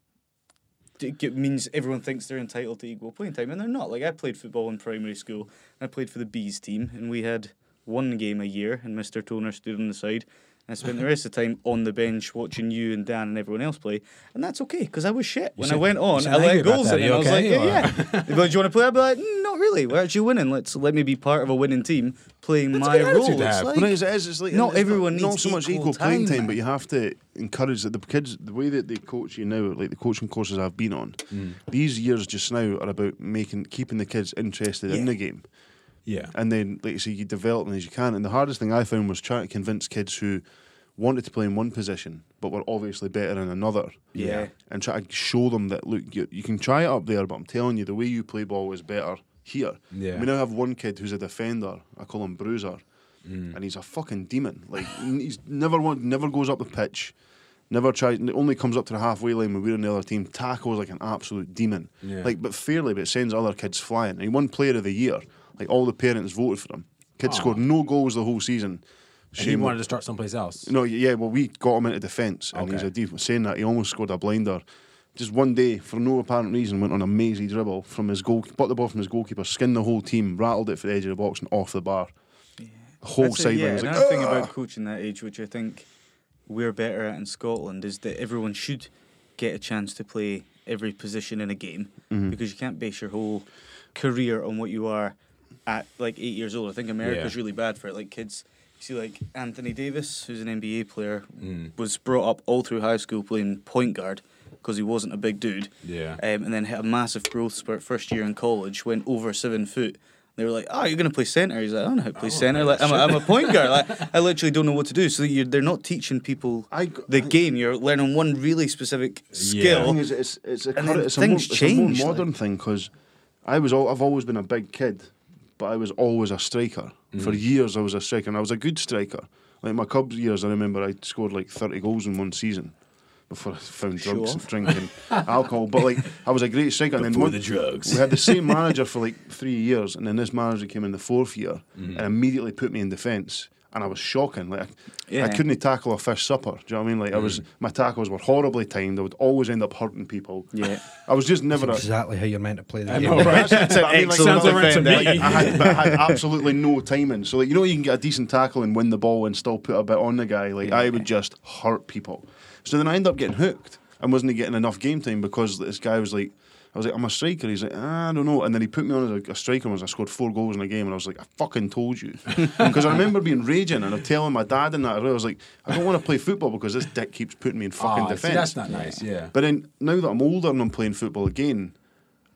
d- g- means everyone thinks they're entitled to equal playing time, and they're not. Like I played football in primary school, and I played for the bees team, and we had one game a year, and Mister Toner stood on the side. And I spent the rest of the time on the bench watching you and Dan and everyone else play, and that's okay because I was shit. When I
sound-
went
you
on, I
sound angry
let
about
goals
that.
in,
Are you
and I was
okay,
like, yeah, yeah. They'd be like, do you want to play? I'd be like, "Mm, not really. We're actually winning. Let's let me be part of a winning team playing
That's a
my
good
role.
attitude to
It's
have.
like-
But it is, it is, it's like,
not
it's
everyone
not
needs
so much
equal
equal playing
time,
time, but
man.
you have to encourage that the kids, the way that they coach you now, like the coaching courses I've been on, these years just now are about making keeping the kids interested in
Yeah.
the game.
Yeah.
And then, like you say, you develop them as you can. And the hardest thing I found was trying to convince kids who wanted to play in one position but were obviously better in another.
Yeah.
And try to show them that, look, you, you can try it up there, but I'm telling you, the way you play ball is better here.
Yeah.
We now have one kid who's a defender. I call him Bruiser.
Mm.
And he's a fucking demon. Like, n- he's never one, never goes up the pitch. Never tries, n- only comes up to the halfway line when we're on the other team. Tackles like an absolute demon.
Yeah.
Like, but fairly, but sends other kids flying. And he won Player of the Year. Like all the parents voted for him. Kid
Ah.
Aw.
scored no goals the whole season.
And he
Shame.
wanted to start someplace else.
No, yeah, well, we got him into defence, and he's
Okay.
a deep. Saying that, he almost scored a blinder. Just one day, for no apparent reason, went on a mazy dribble from his goal, bought the ball from his goalkeeper, skinned the whole team, rattled it for the edge of the box, and off the bar. The whole
That's it,
sideline
Yeah,
was like,
another thing about coaching that age, which I think we're better at in Scotland, is that everyone should get a chance to play every position in a game because you can't base your whole career on what you are at like eight years old. I think America's
Yeah.
really bad for it. Like kids, you see, like Anthony Davis, who's an NBA player, was brought up all through high school playing point guard because he wasn't a big dude.
Yeah.
Um, and then hit a massive growth spurt first year in college, went over seven foot. They were like, "Oh, you're gonna play center." He's like, "I don't know
Oh,
how to play center. Like, I'm, a, I'm a point guard. Like, I literally don't know what to do." So you're, they're not teaching people
I g-
the
I-
game. You're learning one really specific
The
skill.
thing is, it's it's a,
And
current-
then
it's a more,
things
it's a more
change,
modern thing because I was all, I've always been a big kid, but I was always a striker
Mm.
for years. I was a striker, and I was a good striker. Like my Cubs years, I remember I scored like thirty goals in one season before I found
Show
drugs and
off.
drinking alcohol. But like I was a great striker, and then
Before
one,
the drugs.
we had the same manager for like three years, and then this manager came in the fourth year and immediately put me in defence. And I was shocking. Like I,
Yeah.
I couldn't tackle a fish supper. Do you know what I mean? Like I was, my tackles were horribly timed. I would always end up hurting people.
Yeah.
I was just never. a-
exactly how you're meant to play the game.
know, right?
That's it, but I mean, like,
Sounds
like,
alright to
like,
me.
I had, but I had absolutely no timing. So like, you know, you can get a decent tackle and win the ball and still put a bit on the guy. Like I would just hurt people. So then I ended up getting hooked and wasn't getting enough game time because this guy was like, I was like, I'm a striker. He's like, ah, I don't know. And then he put me on as a, a striker once. I scored four goals in a game, and I was like, I fucking told you. Because I remember being raging and I'm telling my dad and that. I was like, I don't want to play football because this dick keeps putting me in fucking
Ah, see,
defence.
that's not nice. Yeah.
But then now that I'm older and I'm playing football again,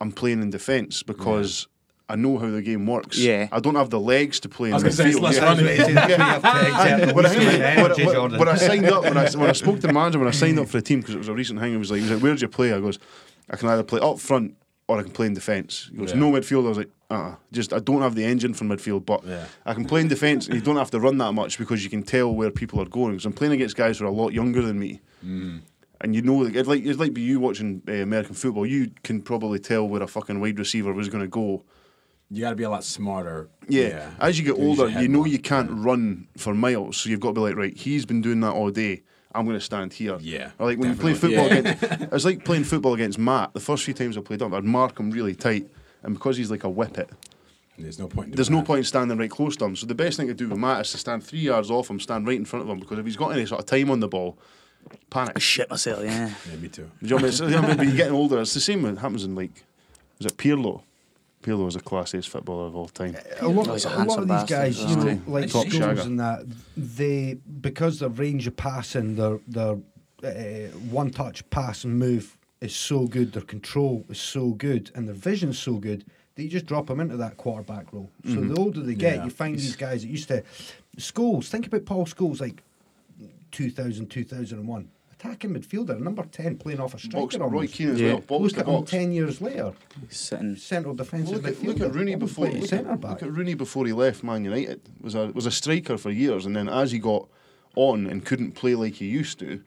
I'm playing in defence because I know how the game works.
Yeah.
I don't have the legs to play.
I was
in the
gonna say, it's
field.
less
Yeah.
running.
when, I, when, I-
Energy,
when-
Jordan.
when I signed up, when I, when I spoke to the manager, when I signed up for the team, because it was a recent hang, he was like, he was like, where do you play? I goes, I can either play up front or I can play in defence. He goes,
Yeah.
no midfield. I was like, uh-uh. Just, I don't have the engine for midfield, but
Yeah.
I can play in defence and you don't have to run that much because you can tell where people are going. Because I'm playing against guys who are a lot younger than me. And you know, like, it's like it's like you watching uh, American football. You can probably tell where a fucking wide receiver was going to go.
You got to be a lot smarter.
Yeah. As you get
Use your
older,
head
you know
more.
you can't run for miles, so you've got to be like, right, he's been doing that all day. I'm going to stand here.
Yeah,
Or like when you play
definitely.
football
Yeah.
against, it's like playing football against Matt. The first few times I played up, I'd mark him really tight, and because he's like a whippet,
There's no point. in
there's
doing
no point in standing right close to him. So the best thing to do with Matt is to stand three yards off him, stand right in front of him, because if he's got any sort of time on the ball, panic.
Oh, Shit myself, yeah.
that. Yeah, me too.
Do you know what I mean? So, you know what I mean? But you're getting older. It's the same that happens in like, is it Pirlo? Pirlo is a class A footballer of all time.
a lot,
He's a
a lot
handsome
of these
bastard
guys,
as
you
well.
know, like
Top
Scholes
shagger.
and that, they because their range of passing, their their uh, one touch pass and move is so good, their control is so good, and their vision's so good that you just drop them into that quarterback role. So the older they get,
Mm-hmm. Yeah.
you find these guys that used to Scholes. Think about Paul Scholes, like 2000, 2001. Attacking midfielder, number 10, playing off a striker.
Box, Roy
almost.
Keane as
Yeah.
well. Box
Look
to
at him
box.
10 years later,
Sitting.
central defensive
Look at,
midfielder.
look at Rooney
almost
before
playing
look
centre
at,
back.
look at Rooney before he left Man United was a was a striker for years, and then as he got on and couldn't play like he used to,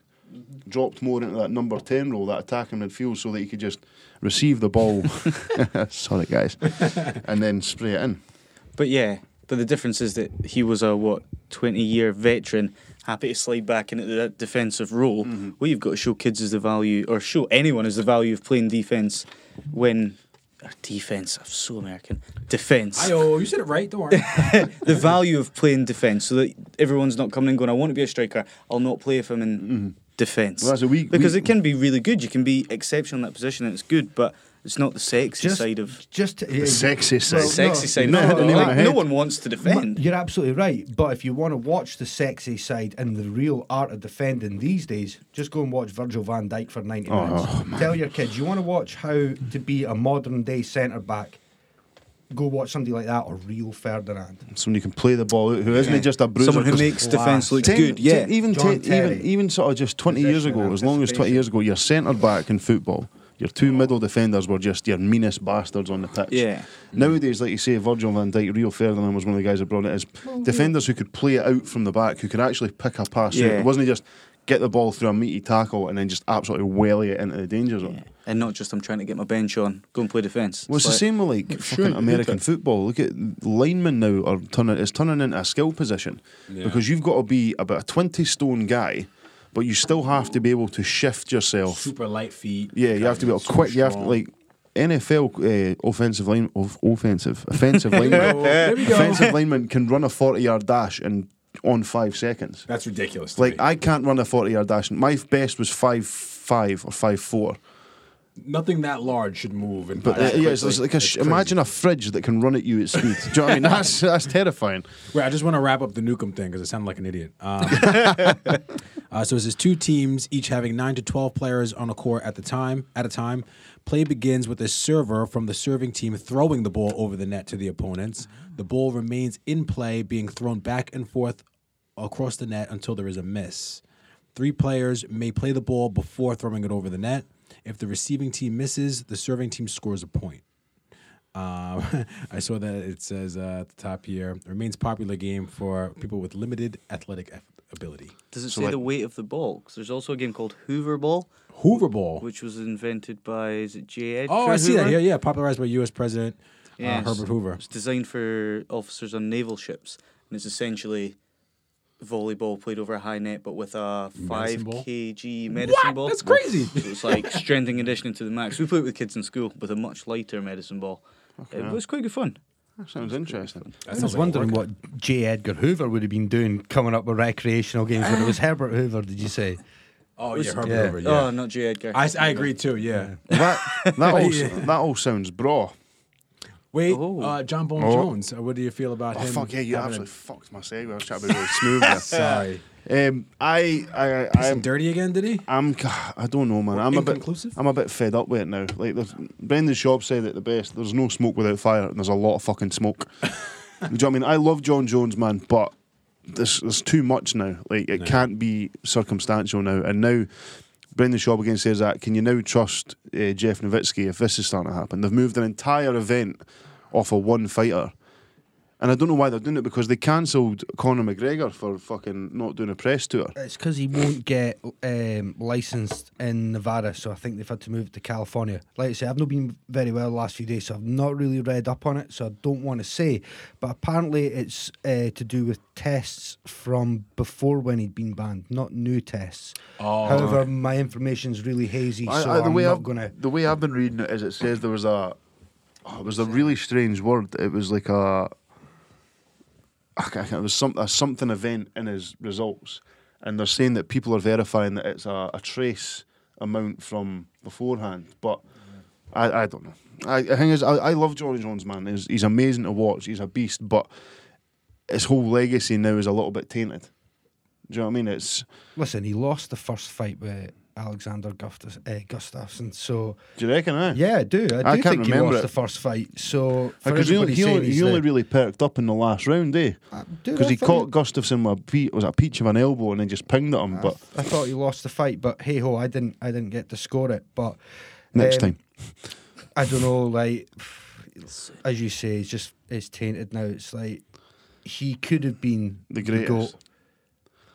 dropped more into that number ten role, that attacking midfield, so that he could just receive the ball. Sorry, guys, and then spray it in.
But yeah, but the difference is that he was a what twenty year veteran, happy to slide back into that defensive role. What you've got to show kids is the value, or show anyone is the value of playing defense when. Or defense, I'm so American. Defense.
Ayo, you said it right. Don't worry.
the value of playing defense so that everyone's not coming and going, I want to be a striker, I'll not play if I'm in defense.
Well, that's a weak-
because
weak-
it can be really good. You can be exceptional in that position and it's good, but it's not the sexy side of.
just to-
The sexy side.
no,
sexy side.
no,
of football.
no,
Like,
no,
no
head.
one wants to
Ma-
defend.
You're absolutely right. But if you want to watch the sexy side and the real art of defending these days, just go and watch Virgil van Dijk for 90
Oh,
minutes. Tell your kids, you want to watch how to be a modern day centre back, go watch somebody like that or real Ferdinand.
Somebody who can play the ball out, who isn't just a bruiser.
Someone who
'cause
makes defence look
Ten-
good,
ten-
yeah.
even,
John
ten-
Terry.
even even sort of just twenty years
Possession
ago,
and
as long as twenty
anticipation.
years ago, your centre back in football, your two middle defenders were just your meanest bastards on the pitch.
Yeah.
Nowadays, like you say, Virgil van Dijk, Rio Ferdinand was one of the guys that brought it. Is defenders who could play it out from the back, who could actually pick a pass. out.
Yeah.
It wasn't just get the ball through a meaty tackle and then just absolutely welly it into the danger zone.
Yeah. And not just I'm trying to get my bench on, go and play defence.
Well, it's the same with like
Sure, you
fucking
could
American
do.
football. Look at linemen now are turning. It's turning into a skill position
Yeah.
because you've got to be about a twenty stone guy, but you still have to be able to shift yourself.
Super light feet.
Yeah, you have to be able
Super
quick. You have to
strong.
like NFL uh, offensive line of offensive offensive
Oh,
lineman.
there we go.
offensive lineman can run a forty yard dash in on five seconds.
That's ridiculous. to
Like
me.
I can't run a forty yard dash. My best was five five or five four.
nothing that large should move. And
But uh, yeah, it's, it's like a sh- imagine a fridge that can run at you at speed. Do you know what I mean? That's that's terrifying.
Wait, I just want to wrap up the Nukem thing because I sound like an idiot. Um, uh, so it says two teams, each having nine to twelve players on a court at the time. At a time, play begins with a server from the serving team throwing the ball over the net to the opponents. The ball remains in play, being thrown back and forth across the net until there is a miss. Three players may play the ball before throwing it over the net. If the receiving team misses, the serving team scores a point. Um, I saw that it says uh, at the top here remains popular game for people with limited athletic af- ability.
Does it
So,
say
like-
the weight of the ball? 'Cause there's also a game called Hoover Ball,
Hoover Ball.
which was invented by is it J. Edgar
oh, I see that.
Hoover?
Yeah, yeah. Popularized by U.S. President uh,
Yes.
Herbert Hoover.
It's designed for officers on naval ships, and it's essentially volleyball played over a high net, but with a five
Medicine ball?
kg medicine
What?
ball.
That's crazy.
So it's like strength and conditioning to the max. We played it with kids in school with a much lighter medicine ball. It was quite good fun.
That sounds interesting.
That
I
sounds
was
like a
wondering
workout.
what J. Edgar Hoover would have been doing coming up with recreational games when it was Herbert Hoover, did you say?
Oh, yeah, Herbert
Yeah.
Hoover. Yeah.
Oh, not J. Edgar.
I, s- I agree too. Yeah.
That that all
Yeah.
that all sounds bra.
Wait,
Oh.
uh, John Bone
Oh.
Jones. uh, What do you feel about
Oh
him?
fuck yeah,
having
you
a-
absolutely fucked my segue. I was trying to be really smooth. there.
Sorry.
Um, I, I, I,
Is
I'm,
he dirty again? Did he?
I'm, I don't know, man.
Or
I'm a bit,
inconclusive?
I'm a bit fed up with it now. Like, there's, Brendan Schaub said it the best. There's no smoke without fire, and there's a lot of fucking smoke. Do you know what I mean? I love John Jones, man, but this there's too much now. Like, it
No.
can't be circumstantial now. And now, Brendan Schaub again says that. Can you now trust uh, Jeff Nowitzki if this is starting to happen? They've moved an entire event off of one fighter. And I don't know why they're doing it because they cancelled Conor McGregor for fucking not doing a press tour.
It's because he won't get um, licensed in Nevada, so I think they've had to move it to California. Like I say, I've not been very well the last few days, so I've not really read up on it, so I don't want to say. But apparently, it's uh, to do with tests from before when he'd been banned, not new tests.
Oh,
However, my information's really hazy,
I-
so
I-
I,
the
am
way
not
I've-
going to.
The way I've been reading it is it says there was a oh, it was a really strange word. It was like a I can't, I can't- it was some a something event in his results, and they're saying that people are verifying that it's a, a trace amount from beforehand, but. I, I don't know. I, the thing is, I, I love Johnny Jones, man. He's, he's amazing to watch. He's a beast, but his whole legacy now is a little bit tainted. Do you know what I mean? It's
Listen, he lost the first fight with Alexander Gustaf- uh, Gustafsson, so.
do you reckon? Eh?
Yeah, I do. I do
I can't
think he
remember
lost
it.
the first fight. So for
Because he,
everybody
he,
saying
only,
he's
he only
the-
really perked up in the last round, eh?
I- Uh, dude,
Because
I
he caught
thought
Gustafsson with a peach, was it a peach of an elbow and then just pinged at him.
I,
But
I thought he lost the fight, but hey ho, I didn't. I didn't get to score it. But
next
um,
time,
I don't know. Like as you say, it's just it's tainted now. It's like he could have been
the greatest.
goat,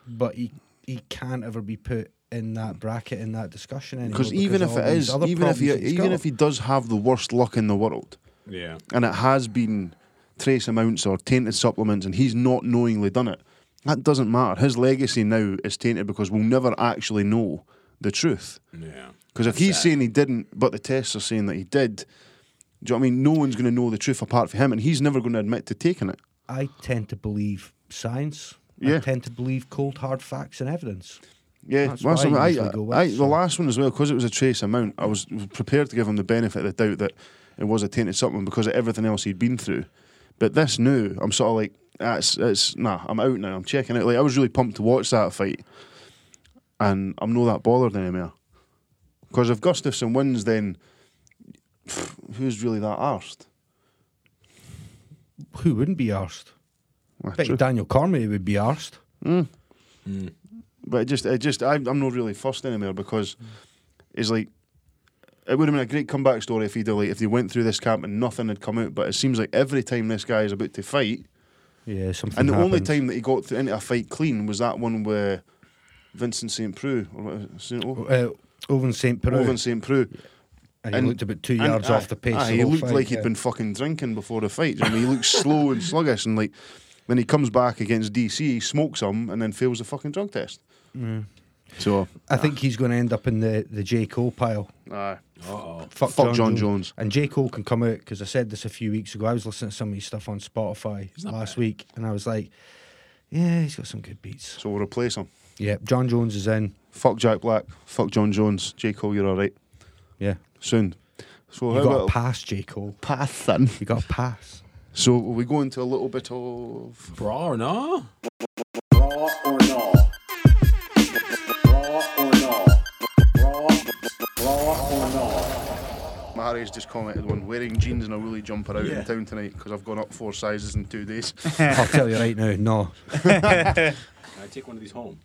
but he he can't ever be put in that bracket in that discussion anymore.
Because even if
all
it
these
is,
other
even if he,
problems he's
even
got.
if he does have the worst luck in the world,
Yeah.
and it has been trace amounts or tainted supplements, and he's not knowingly done it, that doesn't matter. His legacy now is tainted because we'll never actually know the truth.
Yeah.
Because if
That's
he's
sad.
saying he didn't, but the tests are saying that he did, do you know what I mean? No one's going to know the truth apart from him, and he's never going to admit to taking it.
I tend to believe science.
Yeah.
I tend to believe cold hard facts and evidence.
Yeah,
That's
well,
what I
something- I,
usually go with,
I- the
so.
last one as well because it was a trace amount. I was prepared to give him the benefit of the doubt that it was a tainted supplement because of everything else he'd been through. But this new, I'm sort of like, that's it's nah. I'm out now. I'm checking out. Like I was really pumped to watch that fight, and I'm not that bothered anymore. Because if Gustafsson wins, then pff, who's really that arsed?
Who wouldn't be arsed?
Well,
bet
true.
Daniel Cormier would be arsed.
Mm.
Mm.
But it just, it just, I, I'm not really fussed anymore because it's like it would have been a great comeback story if he'd have, like if they went through this camp and nothing had come out. But it seems like every time this guy is about to fight,
Yeah, something.
and the only
happens.
time that he got through into a fight clean was that one where Vincent St. Preux or what, is it, Oven
uh, Owen St. Peru,
St. Preux.
and he
and-
looked about two
And,
yards
aye,
off the pace.
aye,
the
he
whole
looked
fight,
like he
yeah.
had been fucking drinking before the fight. Do you know what I mean, he looks slow and sluggish, and like then he comes back against DC, he smokes him, and then fails the fucking drug test.
Mm.
So,
I think he's going to end up in the the J Cole pile.
aye,
Oh.
Fuck,
fuck John
John, Jones.
Jones.
And J Cole can come out because I said this a few weeks ago. I was listening to some of his stuff on Spotify
not
last
bad.
week, and I was like, "Yeah, he's got some good beats."
So we'll replace him.
Yeah, John Jones is in.
Fuck Jack Black. Fuck John Jones. J. Cole, you're all right.
Yeah,
Soon. So
you
how
got
about
a pass, J Cole.
pass then?
You got a pass.
So we go into a little bit of
Bra or no?
Raw or no? Raw or no? Raw, raw or no?
Mari's just commented on wearing jeans and a woolly jumper out
Yeah.
in town tonight because I've gone up four sizes in two days.
I'll tell you right now, no.
Can I take one of these home?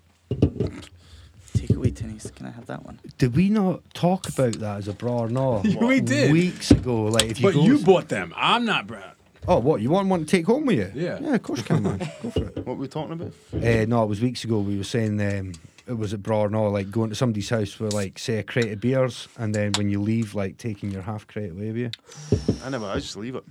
Take away tennis. Can I have that one?
Did we not talk about that as a bra or no?
We did.
weeks ago. Like if you
but
go
you bought them. I'm not bra.
Oh, what? You want one to take home with you?
Yeah.
Yeah, of course you can, man. Go for it.
what were we talking about?
Uh, no, it was weeks ago. We were saying um, it was at Bra or no, like going to somebody's house with, like, say, a crate of beers, and then when you leave, like, taking your half crate away with you.
I never, I just leave it.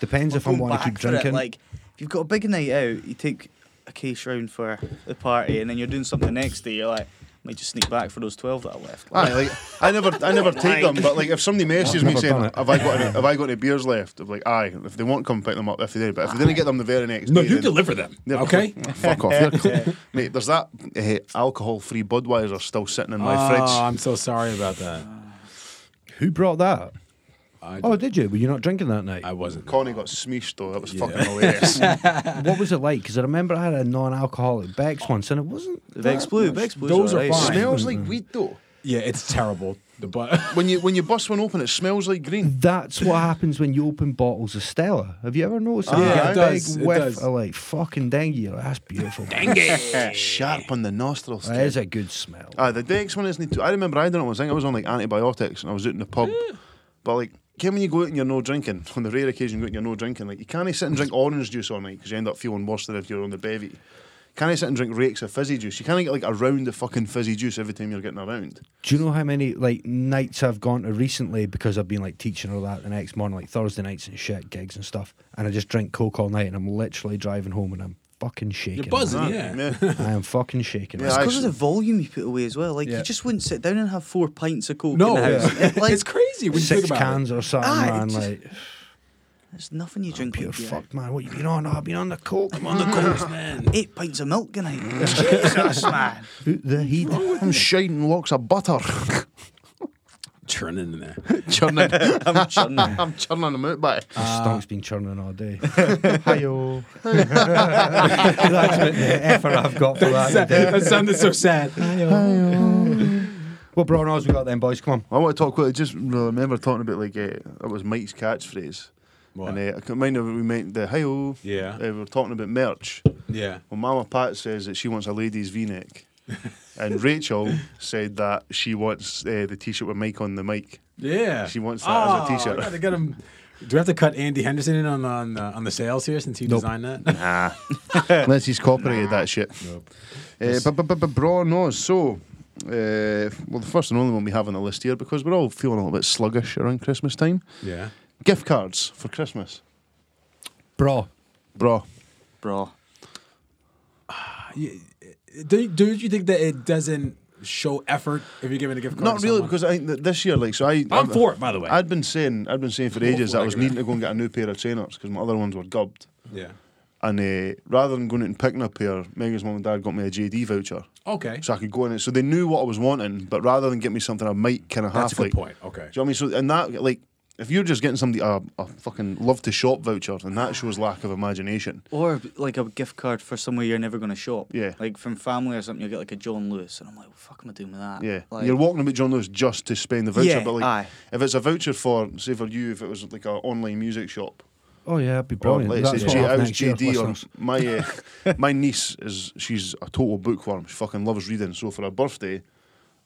Depends if I
Go
want to keep
back for it,
drinking.
Like if you've got a big night out, you take a case round for the party, and then you're doing something next day. You're like, might just sneak back for those twelve that I left.
Aye, Ah, like I never, I never take them. But like, if somebody messages me
never
saying,
done it.
"Have I got, any, have I got any beers left?" I'm like, "Aye." If they want, come pick them up. If they did, but if they didn't get them the very next
No,
day,
you
then-
deliver them.
They're-
Okay.
Fuck off. You're cool. Mate, there's that uh, alcohol free Budweiser still sitting in my
oh,
fridge.
Uh,
I'm so sorry about that.
Who brought that?
I
Oh, did you? Were you not drinking that night?
I wasn't.
Connie got smeeshed though. That was
Yeah.
fucking hilarious.
what was it like? Because I remember I had a non-alcoholic Bex once, and it wasn't.
The Vex Blue, Vex Blue's
Those are
alright.
fine.
smells like weed though.
Yeah, it's terrible. The but
When you when you bust one open, it smells like green.
That's what happens when you open bottles of Stella. Have you ever noticed? that?
Yeah,
you get
it
a
does,
big
Ah, it
whiff
does.
of like fucking dengue. You're like, That's beautiful. dengue.
Eh.
Sharp on the nostrils.
That
kid.
is a good smell.
Aye, the Dex one isn't too. I remember I don't know. I think I was on like antibiotics and I was out in the pub, but like. Can when you go out and you're no drinking, on the rare occasion you go out and you're no drinking, like you can't sit and drink orange juice all night because you end up feeling worse than if you're on the bevy. Can't sit and drink rakes of fizzy juice. You can't get like a round of fucking fizzy juice every time you're getting around.
Do you know how many like nights I've gone to recently because I've been like teaching all that the next morning, like Thursday nights and shit, gigs and stuff, and I just drink coke all night, and I'm literally driving home and I'm fucking shaking.
you're buzzing.
Aye,
Yeah.
yeah.
I am fucking shaking.
Yeah,
It's
I-
cr-
Because of the volume you put away as well. Like
Yeah.
you just wouldn't sit down and have four pints of coke
No,
in the house. It, like,
it's crazy when you think
six
about
cans
it.
or something,
Aye,
man.
it's just-
like
there's nothing you drink.
pure
with beer.
fuck, man. What you been on? Oh, I've been on the coke. I'm on the
Course, man.
Eight pints of milk a night. Jesus, man.
coke. the heat.
I'm shining locks of butter.
Churning in there.
churning.
I'm churning.
I'm churning them out, by.
The Stunk's been churning all day. Hiyo. That's what the effort I've got for that. today.
that sounded so sad.
What brown eyes we got then, boys? Come on.
I want to talk quickly. Just remember talking about like uh, that was Mike's catchphrase,
What?
and uh, I can mind that we meant the hi
Yeah.
we were talking about merch.
Yeah.
Well, Mama Pat says that she wants a ladies' V-neck, and Rachel said that she wants uh, the T-shirt with Mike on the mic.
Yeah.
She wants that as a
Oh,
t-shirt.
I gotta get 'em- Do we have to cut Andy Henderson in on on, uh, on the sales here since he designed that?
Nah, unless he's copyrighted that shit.
Nope.
Uh, but but but but bra nose. So, uh, well, the first and only one we have on the list here because we're all feeling a little bit sluggish around Christmas time.
Yeah.
Gift cards for Christmas,
Bro.
bra.
Bro.
You- Do, do you think that it doesn't show effort if you're giving a gift card?
Not
to
really,
someone?
because I think that this year, like, so I.
I'm
I-
for it, by the way.
I'd been saying, I'd been saying for ages
for
that I
it,
was
yeah.
needing to go and get a new pair of trainers because my other ones were gubbed.
yeah.
And uh, rather than going out and picking a pair, Megan's mum and dad got me a JD voucher,
Okay.
so I could go in it. So they knew what I was wanting, but rather than get me something I might kind of
That's
half
a good
like.
point. Okay.
Do you know what I mean? So and that like, if you're just getting somebody a, a fucking love to shop voucher, then that shows lack of imagination.
Or like a gift card for somewhere you're never going to shop.
Yeah.
Like from family or something, you get like a John Lewis, and I'm like, what the fuck am I doing with that?
Yeah,
Like,
you're walking about John Lewis just to spend the voucher,
Yeah,
but like,
aye.
if it's a voucher for, say for you, if it was like an online music shop,
Oh yeah, that'd be
Or
brilliant.
let's
That's
say
what
G-
we'll
I
have
was
next year,
JD
listeners.
on my uh, my niece is she's a total bookworm. She fucking loves reading. So for her birthday,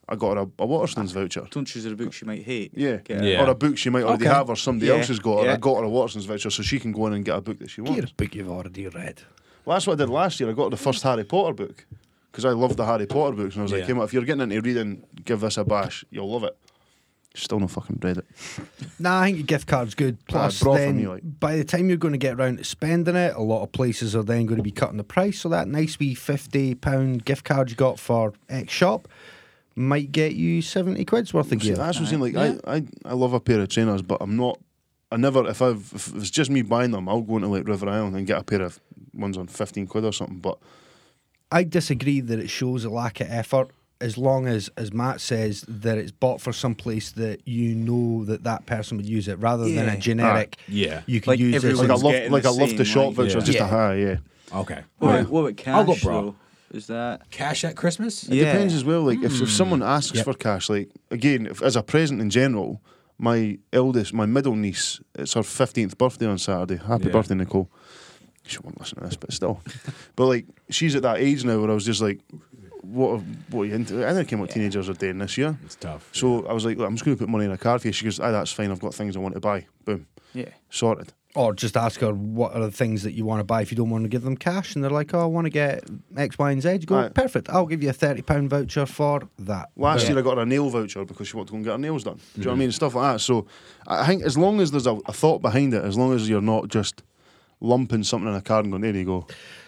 I got her a, a Waterstones
Ah.
voucher.
don't choose a book she might hate.
Yeah.
Get
Yeah.
or a book she might already
Okay.
have, or somebody
Yeah,
else has got. Or I
yeah.
got her a Waterstones voucher, so she can go in and get a book that she wants.
Get a book you've already read.
Well, that's what I did last year. I got her the first Harry Potter book because I loved the Harry Potter books, and I was like,
Yeah.
"Hey, mate, if you're getting into reading, give this a bash. You'll love it." Still no fucking read it.
Nah, I think your gift card's good. Plus,
bra for
then
me, like.
by the time you're going to get round to spending it, a lot of places are then going to be cutting the price. So that nice wee fifty pound gift card you got for X shop might get you seventy quid's worth of
See,
gear.
that's what I'm saying. Like, I, I, I love a pair of trainers, but I'm not. I never. If I've, if it's just me buying them, I'll go into like River Island and get a pair of ones on fifteen quid or something. But
I disagree that it shows a lack of effort as long as, as Matt says, that it's bought for some place that you know that that person would use it rather than
Yeah.
a generic.
Yeah.
You can
Like
use this.
everyone-
like, I
in-
Everyone's
love,
getting
like
the
I love the
same,
shop
like-
voucher.
Yeah.
Just a high, yeah.
Okay.
What,
Yeah.
about, what about cash?
I'll go bra.
though? Is that.
Cash at Christmas?
It
Yeah.
depends as well. Like if, if someone asks
Yep.
for cash, like again, if, as a present in general, my eldest, my middle niece, it's her fifteenth birthday on Saturday. Happy
Yeah.
birthday, Nicole. She won't listen to this, but still. but like she's at that age now where I was just like, what? Are, what are you into? I never came what teenagers are doing this year.
It's tough.
So I was like, Look, I'm just going to put money in a card for you. She goes, aye, that's fine. I've got things I want to buy. Boom,
Yeah.
sorted.
or just ask her what are the things that you want to buy if you don't want to give them cash and they're like, Oh, I want to get X, Y, and Z. You go,
Right.
Perfect, I'll give you a thirty pound voucher for that.
Last
Yeah. Mm-hmm.
year I got her a nail voucher because she wanted to go and get her nails done. Do you know what I mean? Stuff like that. So I think as long as there's a, a thought behind it, as long as you're not just lumping something in a card and going, there you go.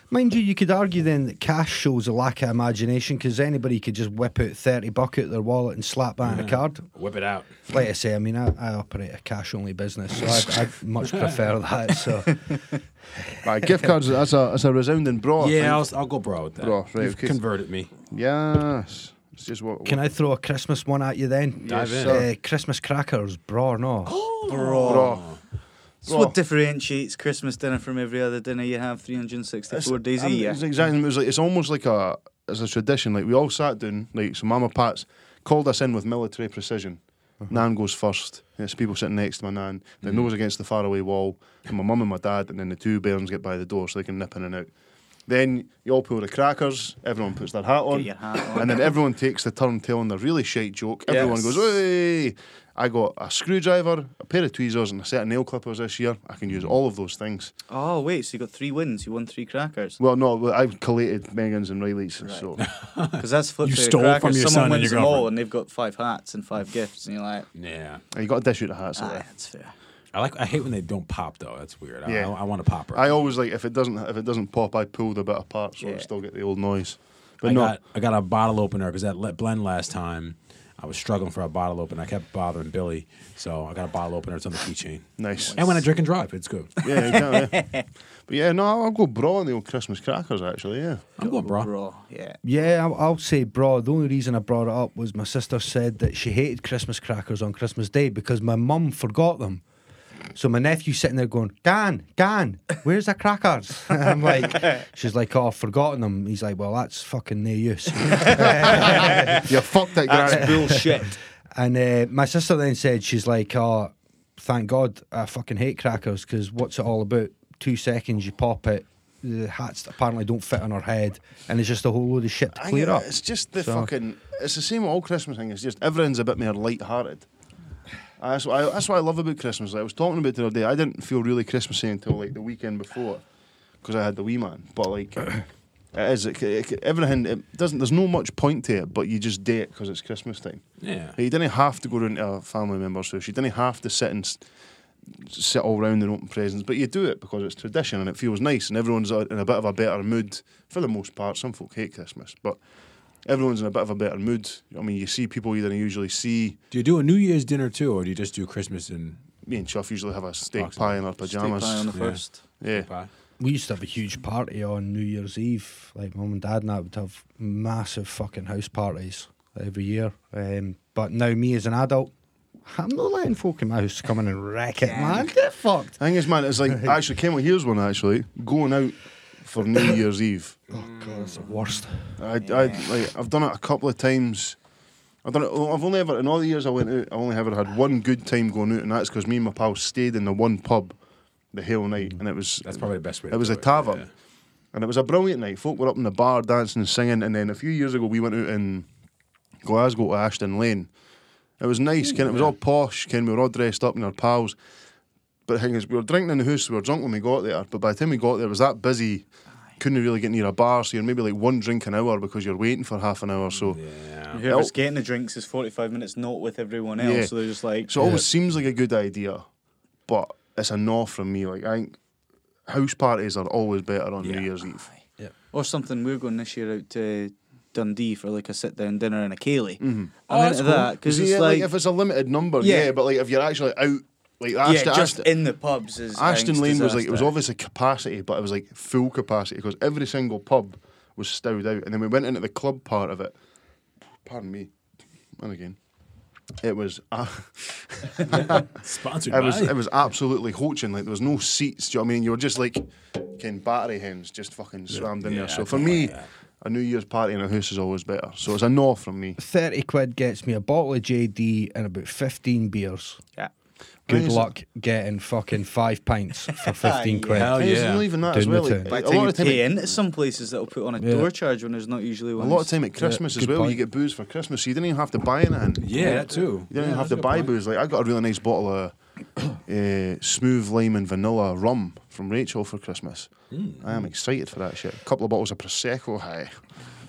Mind you, you could argue then that cash shows a lack of imagination because anybody could just whip out thirty buck out of their wallet and slap that in a card.
Whip it out.
Like I say, I mean, I, I operate a cash only business, so I, I much prefer that. So
Right, gift cards, that's a, that's a resounding bra. I
yeah,
think.
I'll, I'll go bra with that.
Bra, right,
You've
okay.
converted me.
Yes. It's just what.
Can I throw a Christmas one at you then?
Dive in.
Uh, Christmas crackers, bra or no?
Bro.
Bro.
Oh.
It's what differentiates Christmas dinner from every other dinner you have 364 days a
I'm-
year.
It's exactly. It was like it's almost like a it's a tradition. Like we all sat down. Like so, Mama Pat's called us in with military precision. Nan goes first. There's people sitting next to my nan. Then nose against the faraway wall. And my mum and my dad, and then the two bairns get by the door so they can nip in and out. Then you all pull the crackers. Everyone puts their hat on,
your hat on.
and then everyone takes the turn telling their really shite joke. Everyone
Yes.
goes, "Hey!" I got a screwdriver, a pair of tweezers, and a set of nail clippers this year. I can use all of those things.
Oh, wait, so you got three wins. You won three crackers.
Well, no, well, I've collated Megan's and Riley's. So
Because that's flipped.
You
to a
stole
cracker.
from your
Someone
son and
wins
your
them all,
girlfriend.
and they've got five hats and five gifts, and you're like,
Yeah.
you got to dish out the hats.
ah,
like that.
that's fair.
I like. I hate when they don't pop though. That's weird. I,
Yeah.
I, I want a popper.
I always like if it doesn't if it doesn't pop, I pull the bit apart so I
Yeah.
still get the old noise. But
I
no,
got I got a bottle opener because that let blend last time. I was struggling for a bottle opener. I kept bothering Billy, so I got a bottle opener. It's on the keychain.
nice.
And when I drink and drive, it's good.
yeah, you can, yeah. but yeah, no, I'll go brawl on the old Christmas crackers actually. Yeah,
I'm going, bro.
Bro, yeah.
Yeah, I'll, I'll say bra. The only reason I brought it up was my sister said that she hated Christmas crackers on Christmas Day because my mum forgot them. So my nephew's sitting there going, Dan, Dan, where's the crackers? I'm like, she's like, oh, I've forgotten them. He's like, well, that's fucking no use.
you fucked that
That's
guy.
bullshit.
And uh, my sister then said, she's like, oh, thank God I fucking hate crackers because what's it all about? Two seconds, you pop it. The hats apparently don't fit on her head, and it's just a whole load of shit to
I
clear
get it.
up.
It's just the
So-
fucking. It's the same with all Christmas thing. It's just everyone's a bit more light-hearted. Uh, That's what I, that's what I love about Christmas. Like, I was talking about it the other day. I didn't feel really Christmassy until like the weekend before, because I had the wee man. But like, it is it, c- it, c- everything. It doesn't. There's no much point to it, but you just do it because it's Christmas time.
Yeah.
Like, you didn't have to go round to a family member's house. You didn't have to sit and s- sit all round and open presents, but you do it because it's tradition and it feels nice, and everyone's uh, in a bit of a better mood for the most part. Some folk hate Christmas, but everyone's in a bit of a better mood. I mean, you see people you don't usually see.
Do you do a New Year's dinner too, or do you just do Christmas and
Me and Chuff usually have a steak
Boxing
pie in our
Steak pie
pajamas.
on the
Yeah.
first.
Yeah,
pie?
We used to have a huge party on New Year's Eve. Like mum and dad and I would have massive fucking house parties every year. Um, but now me as an adult, I'm not letting folk in my house come in and wreck it, man. Get fucked.
I think it's man. It's like I actually came. Here's one actually going out for New Year's Eve.
Oh god, it's the worst.
I, I like I've done it a couple of times. I've done it. oh, I've only ever in all the years I went out, I only ever had one good time going out, and that's because me and my pal stayed in the one pub the whole night, and it was
That's probably the best way.
it
to
was
do
a tavern,
Yeah.
and it was a brilliant night. Folk were up in the bar dancing and singing, and then a few years ago we went out in Glasgow to Ashton Lane. It was nice, Ken. It was all posh, Ken. We were all dressed up and our pals. But the thing is, we were drinking in the house, we were drunk when we got there. But by the time we got there, it was that busy, couldn't really get near a bar. So you're maybe like one drink an hour because you're waiting for half an hour. So
Yeah.
Whoever's
Nope.
getting the drinks is 45 minutes not with everyone else,
Yeah.
so they're just like,
So it always seems like a good idea, but it's a no from me. Like I think house parties are always better on
Yeah.
New Year's Eve.
or something. We're going this year out to Dundee for like a sit down dinner and a Cayley. I'm
Oh, that's
into
cool.
that because
Mm-hmm. See,
it's
yeah,
like,
if it's a limited number, yeah.
Yeah.
But like if you're actually out, like
yeah,
Ashton,
just
Ashton,
in the pubs is I think,
Ashton Lane was like it was
disaster.
obviously capacity, but it was like full capacity because every single pub was stowed out, and then we went into the club part of it. Pardon me, and again, it was. Uh,
Sponsored
It was
by.
it was absolutely hoaching. Like there was no seats. Do you know what I mean? You were just like can battery hens just fucking slammed in
Yeah,
there.
I
So for
don't
me,
like that.
a New Year's party in a house is always better. So it's a no from me.
Thirty quid gets me a bottle of JD and about fifteen beers.
yeah.
Why
Good
is it-
luck getting fucking five pints for fifteen quid.
Hell
And it's
yeah.
not even that as
Doing
well.
Oh,
like,
the two.
a
By the time
lot
you
of time,
pay
at,
into some places, that'll put on a
Yeah.
door charge when there's not usually
a
one.
lot of time at Christmas as
good
well,
point.
you get booze for Christmas, so you didn't even have to buy anything.
Yeah, that too.
You didn't
Yeah,
even have
that's
to
a good
buy
point.
booze. Like I got a really nice bottle of uh, smooth lime and vanilla rum from Rachel for Christmas. I am excited for that shit. A couple of bottles of prosecco. Hi.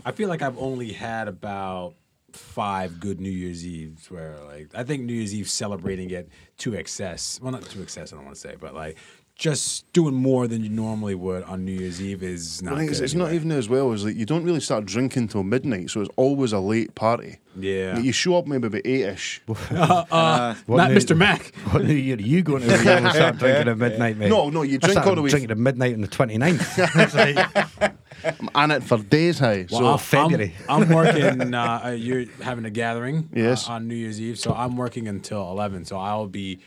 I feel like I've only had about five good New Year's Eves where like I think New Year's Eve celebrating it to excess. Well, not to excess, I don't want to say, but like just doing more than you normally would on New Year's Eve is not.
Well, it's,
good
it's not
anyway.
even as well as like you don't really start drinking till midnight, so it's always a late party.
Yeah.
Like, you show up maybe about eight ish.
What
Not
new-
Mr. Mac.
What new year are you going to be able to start drinking at midnight, mate?
No, no, you
I
drink
started
all the way-
Drinking at midnight on the 29th. It's like-
I'm on it for days high.
Well,
so
I'm-
February.
I'm, I'm working. Uh, uh, you're having a gathering uh,
Yes.
on New Year's Eve, so I'm working until eleven. So I'll be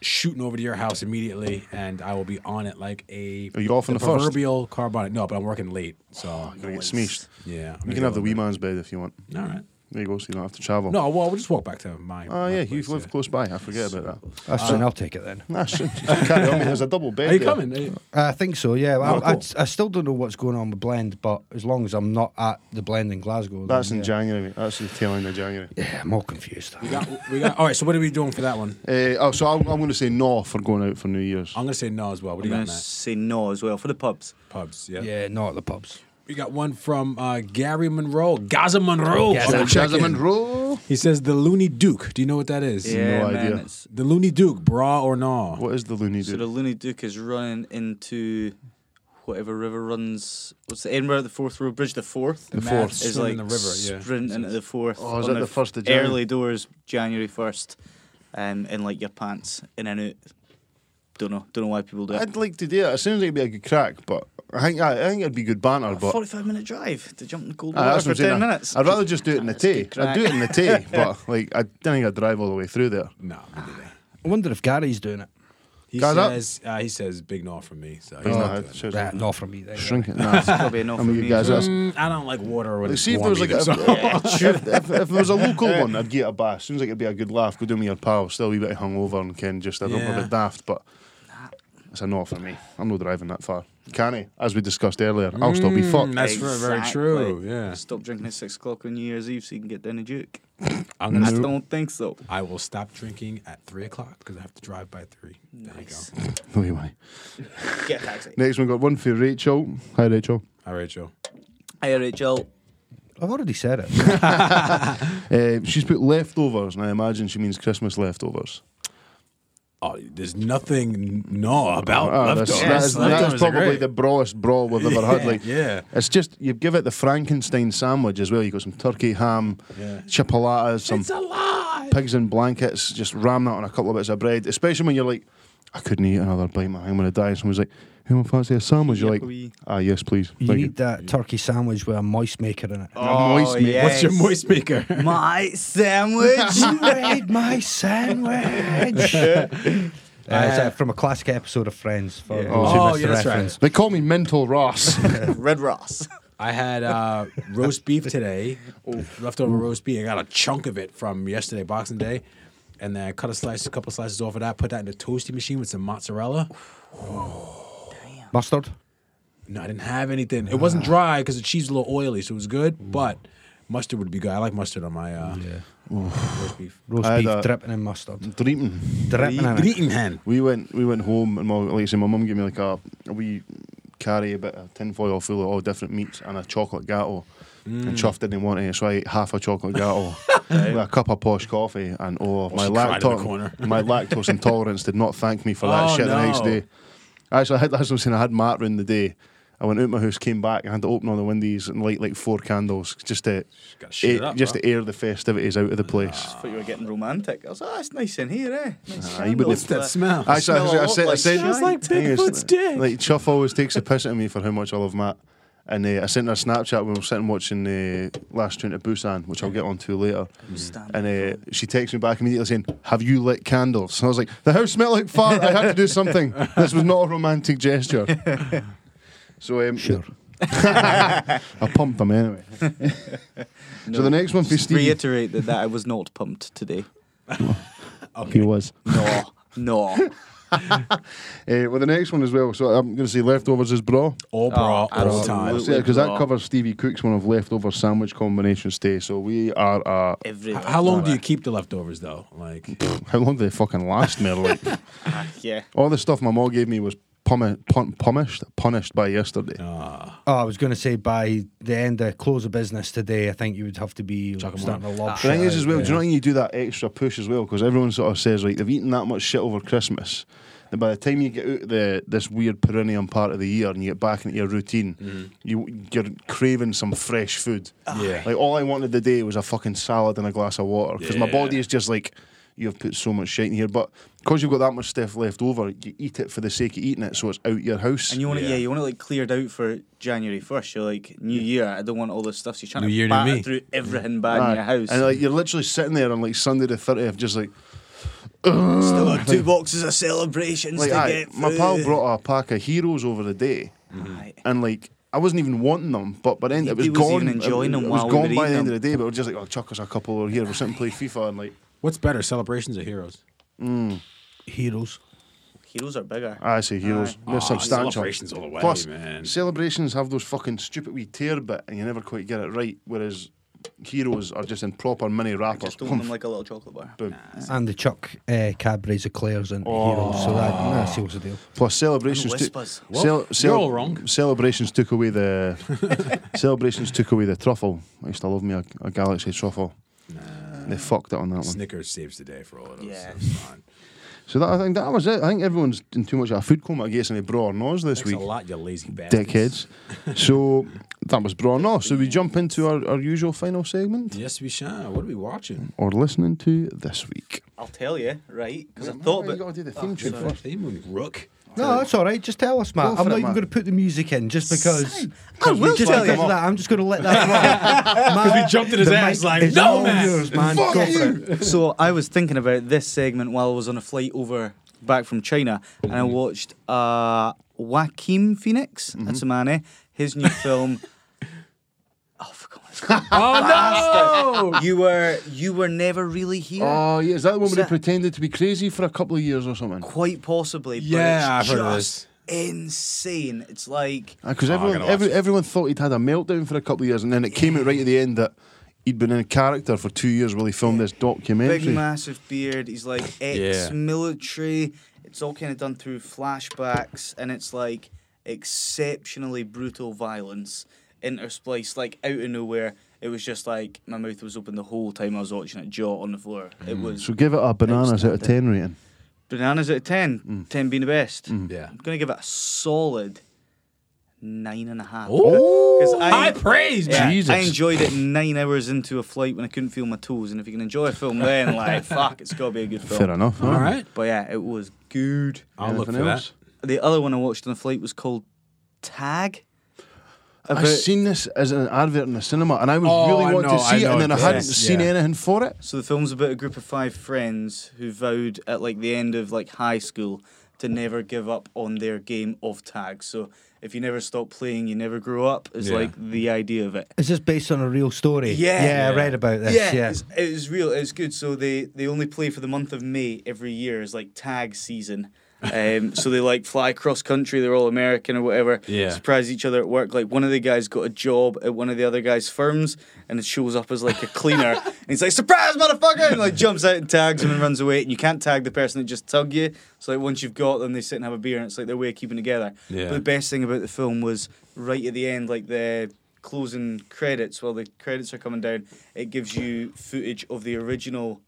shooting over to your house immediately, and I will be on it like a
Are you off on the first? Oh,
proverbial carbonic. No, but I'm working late, so I'm
you're gonna get smeeshed.
Yeah, I'm
You
gonna
can
go
have
over.
the wee man's bed if you want.
All right.
There you go. So you don't have to travel.
No, well, we'll just walk back to my.
Oh
my
yeah,
place,
you live close by. I forget about that.
That's fine. I'll take it then.
Nah, shit, you can carry on. There's a double bed.
Are you
there.
coming? Are you-
I think so. Yeah, I,
Oh,
I,
cool.
I still don't know what's going on with Blend, but as long as I'm not at the Blend in Glasgow, then
That's in
yeah.
January. mate. That's the tail end of January.
Yeah, I'm all confused.
We got, we got. All right. So what are we doing for that one?
Uh, oh, so I'm, I'm going to say no for going out for New Year's.
I'm gonna say no as well. What do you
I'm
got on
going to
that?
say no as well for the pubs.
Pubs. Yeah.
Yeah, not at the pubs.
We got one from uh, Gary Monroe, Gaza Monroe.
Gaza.
Check
Jasmine
in.
Monroe.
He says the Looney Duke. Do you know what that is?
Yeah,
no
man.
idea.
It's,
The Looney Duke, bra or nah?
What is the loony
so the
dude?
Looney Duke is running into whatever river runs. What's the Edinburgh, the fourth road bridge, the fourth?
The
fourth.
math
Is
swim
like
in the river. Yeah.
sprinting into the fourth.
Oh, is
on
that the 1st of January?
Early doors, January first, um, in like your pants, in and out. Don't know. Don't know why people do it.
I'd like to do it. It seems like it'd be a good crack, but I think I, I think it'd be good banter. But
Forty-five minute drive to jump in the cold
Ah,
water
that's what
for
I'm saying.
ten minutes.
I'd rather just do it in the
That's good
tea. I'd
crack.
do it in the tea, but like I don't think I'd drive all the way through there.
No, we did it.
I wonder if Gary's doing it.
He
Gaza?
says uh, he says big no from me. So he's
Oh,
not
I'd
doing it.
choose-
Nah, not for me. Then,
Shrink it. Nah.
Probably enough
I mean,
for
you
me.
guys are-
Mm, I don't like water when
Like,
it's
see if there
warm
was like
either,
a,
so-
if, if, if there was a local one, I'd get a bath. Soon as like it'd be a good laugh, go down with your pal, still a wee bit hungover and can just I don't
Yeah.
want to daft, but it's a not for me. I'm not driving that far. Can I? As we discussed earlier, I'll still be fucked.
That's very, very true.
Exactly.
Yeah.
Stop drinking at six o'clock on New Year's Eve so you can get down to Duke.
I'm gonna.
I don't think so.
I will stop drinking at three o'clock because I have to drive by three. There you go.
No way, why.
Get a taxi.
Next one got one for Rachel. Hi Rachel.
All right, Joe.
Hi, Rachel.
I've already said it.
Uh, she's put leftovers, and I imagine she means Christmas leftovers.
Oh, there's nothing no about
Ah, that's,
leftovers.
that is, that is
Leftovers are
probably
great.
the brawest brawl we've ever had. Like,
yeah.
It's just you give it the Frankenstein sandwich as well. You got some turkey ham,
Yeah.
chipolatas, some
It's a lie.
pigs in blankets, just ram that on a couple of bits of bread, especially when you're like, I couldn't eat another bite, man. I'm gonna die. And someone's like, Anyone fancy a sandwich? You're
Yeah,
like,
we-
Ah, yes, please.
You
Thank
need that turkey sandwich with a moist maker in it.
Oh, moist meat.
What's your moist maker?
My sandwich.
you ate my sandwich. Uh, it's, uh, from a classic episode of Friends. For
Yeah.
those
Oh,
who
oh,
missed
yeah,
the
that's right.
reference.
They call me Mental Ross.
Red Ross.
I had uh, roast beef today, leftover roast beef. I got a chunk of it from yesterday, Boxing Day, and then I cut a slice, a couple slices off of that. Put that in the toasty machine with some mozzarella.
Mustard.
No, I didn't have anything. It wasn't dry because the cheese was a little oily, so it was good. But mustard would be good. I like mustard on my uh, roast beef.
Roast
I had
beef
a-
dripping in mustard.
Dreaming.
Dripping in it.
Greeting hen.
We went we went home and my like I say, my mum gave me like a, a wee carry a bit of tinfoil full of all different meats and a chocolate gato.
Mm.
And Chuff didn't want it, so I ate half a chocolate gato with a cup of posh coffee and oh my
she cried in the corner.
lactose my lactose intolerance did not thank me for that
Oh,
shit the next
no.
day. Actually I had that's what I'm saying, I had Matt round the day. I went out my house, came back, I had to open all the windows and light like four candles just to
gotta shut it
air-
up,
just
huh?
to air the festivities out of the place.
I thought you were getting romantic. I was like, oh, it's nice in here, eh? Nice
Ah, you wouldn't-
What's that smell?
I said,
smell a
I
lot
said, I
like
said,
Smells like
thing is,
Bigfoot's dick.
Like Chuff always takes a piss at me for how much I love Matt. And uh, I sent her a Snapchat when we were sitting watching uh, Last Train to Busan, which I'll get onto later.
Stand
And uh, she texts me back immediately saying, "Have you lit candles?" And I was like, "The house smelled like fart. I had to do something. This was not a romantic gesture." So um, sure, I pumped them anyway. So the next one for
Just
Steve,
reiterate that, that I was not pumped today.
he was.
No, no.
Uh, well, the next one as well. So I'm going to say leftovers is bra.
All bra, all the
Oh, absolutely.
time.
Absolutely
because that
raw.
covers Stevie Cook's one of leftover sandwich combinations day. So we are uh,
Every
How long do you keep the leftovers though? Like,
how long do they fucking last, Merle? Like,
Ah, yeah.
all the stuff my mom gave me was pumi- pun- punished, punished by yesterday.
Oh, I was going to say by the end of close of business today, I think you would have to be
Chuck 'em
starting to
The
lob shit
thing is,
out
as well, do you
there.
not think you do that extra push as well? Because everyone sort of says like they've eaten that much shit over Christmas. Then by the time you get out of the this weird perennial part of the year and you get back into your routine,
Mm-hmm.
you you're craving some fresh food.
yeah.
Like all I wanted today was a fucking salad and a glass of water because my
Yeah.
body is just like you have put so much shit in here. But because you've got that much stuff left over, you eat it for the sake of eating it, so it's out your house.
And you want it,
Yeah.
yeah. you want it like cleared out for January first. You're like New Year. I don't want all this stuff. So you're trying
New
to
year, new
batter
me.
through everything bad in your
Aye.
house.
And like you're literally sitting there on like Sunday the thirtieth, just like
Still got two boxes of celebrations
like
to
aye,
get.
my pal
through.
brought a pack of heroes over the day,
Aye.
and like I wasn't even wanting them, but by the end it was
Nobody was
gone.
even enjoying
it,
them
it
while
was
we
gone
were
by the
eating
end of the day, but it was just like, oh, chuck us a couple over here. We're sitting and play FIFA and like,
What's better, celebrations or heroes?
Heroes.
Heroes are bigger.
I say heroes,
Aw,
they're substantial.
celebrations all the way,
Plus,
man.
celebrations have those fucking stupid wee tear bit, and you never quite get it right. Whereas heroes are just in proper mini wrapper.
Just don't want them like a little chocolate bar.
Boom.
And the Chuck uh, Cadbury's Eclairs into Heroes. So that, that seals the deal.
Plus celebrations.
And
took-
whispers.
Well, you're all wrong.
Celebrations took away the celebrations took away the truffle. I used to love me a, a galaxy truffle. They fucked it on that one.
Snickers saves the day for all of us.
Yeah.
so it's fine.
So that I think that was it. I think everyone's in too much of a food coma against any bra or nose this
Thanks a
week.
lot, you lazy bastards.
Dickheads. so that was bra or nose. So we jump into our, our usual final segment
Yes, we shall. What are we watching?
or listening to this week.
I'll tell you, right? Because I
Wait,
thought
you
about
gotta do the theme tune
Good
first.
theme on Rook.
No, that's all right. Just tell us, Matt.
Go
I'm
for it,
not even
Matt.
going to put the music in just because.
Same. I
we
will
just
tell
did
you.
That. I'm just going to let that run. Because
we jumped in his ass like, "No, man.
yours, man.
Fuck
Go for
you."
it.
so I was thinking about this segment while I was on a flight over back from China, and I watched uh, Joaquin Phoenix.
Mm-hmm.
That's a man, eh? His new film. oh, for God's sake.
Oh no!
You were you were never really here.
Oh yeah, is that the one
Is
where he
that-
pretended to be crazy for a couple of years or something?
Quite possibly. But
Yeah,
it's
I've heard of
just insane. It's like
Because
Oh, I
Uh, everyone,
gotta watch
every,
it.
everyone thought he'd had a meltdown for a couple of years, and then it came out right at the end that he'd been in character for two years while he filmed this
big
documentary.
massive beard. He's like ex-military. It's all kind of done through flashbacks, and it's like exceptionally brutal violence interspliced like out of nowhere. It was just like my mouth was open the whole time I was watching it, jaw on the floor. It was
So give it a bananas out of ten rating.
bananas out of ten, ten being the best.
Yeah.
I'm gonna give it a solid nine and a half.
Oh,
'Cause
high
I-
praise,
Yeah,
man.
Jesus.
I enjoyed it nine hours into a flight when I couldn't feel my toes, and if you can enjoy a film then, like fuck, it's gotta be a good film.
Fair enough.
All
huh?
right,
But yeah, it was good.
I'll look
Anything
for
else?
that.
The other one I watched on the flight was called Tag.
I've
About-
seen this as an advert in the cinema, and I was
Oh, I
really wanting
know,
to
I
see it,
know
and then I
this,
hadn't seen
yeah.
anything for it.
so the film's about a group of five friends who vowed at like the end of like high school to never give up on their game of tag. So if you never stop playing, you never grow up. Is
Yeah.
like the idea of it.
Is this based on a real story?
Yeah.
Yeah, I
Yeah.
read about this.
yeah,
Yeah.
It's, it's real. It's good. So they they only play for the month of May every year as like tag season. Um, so they like fly cross country. They're all American or whatever.
Yeah.
Surprise each other at work. Like one of the guys got a job at one of the other guys' firms, and it shows up as like a cleaner. and he's like, "Surprise, motherfucker!" And like jumps out and tags him and runs away. And you can't tag the person that just tugged you. So like once you've got them, they sit and have a beer, and it's like their way of keeping together.
Yeah.
But the best thing about the film was right at the end, like the closing credits, while the credits are coming down, it gives you footage of the original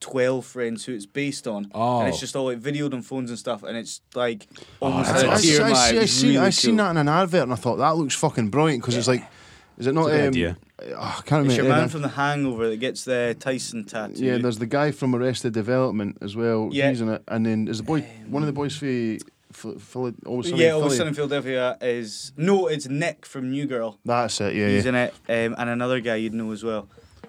12 friends who it's based on. And
Oh.
it's just all like videoed on phones and stuff, and it's like almost
that's
like
I, I,
awesome.
tear
Oh, I, see, I,
mad.
see,
Really
I seen
cool.
that in an advert, and I thought that looks fucking brilliant because it's like, is it not?
good
um,
idea.
oh, I can't remember.
It's your
the
man
name.
from The Hangover that gets the Tyson tattoo.
Yeah, there's the guy from Arrested Development as well.
Yeah. Um,
He's in it. And then is the boy one of the boys for Phil, Phil, always Sunny in
yeah, Always
Philly?
Sunny in Philadelphia is no, it's Nick from New Girl.
That's it. Yeah,
He's
yeah.
in it, um, and another guy you'd know as well.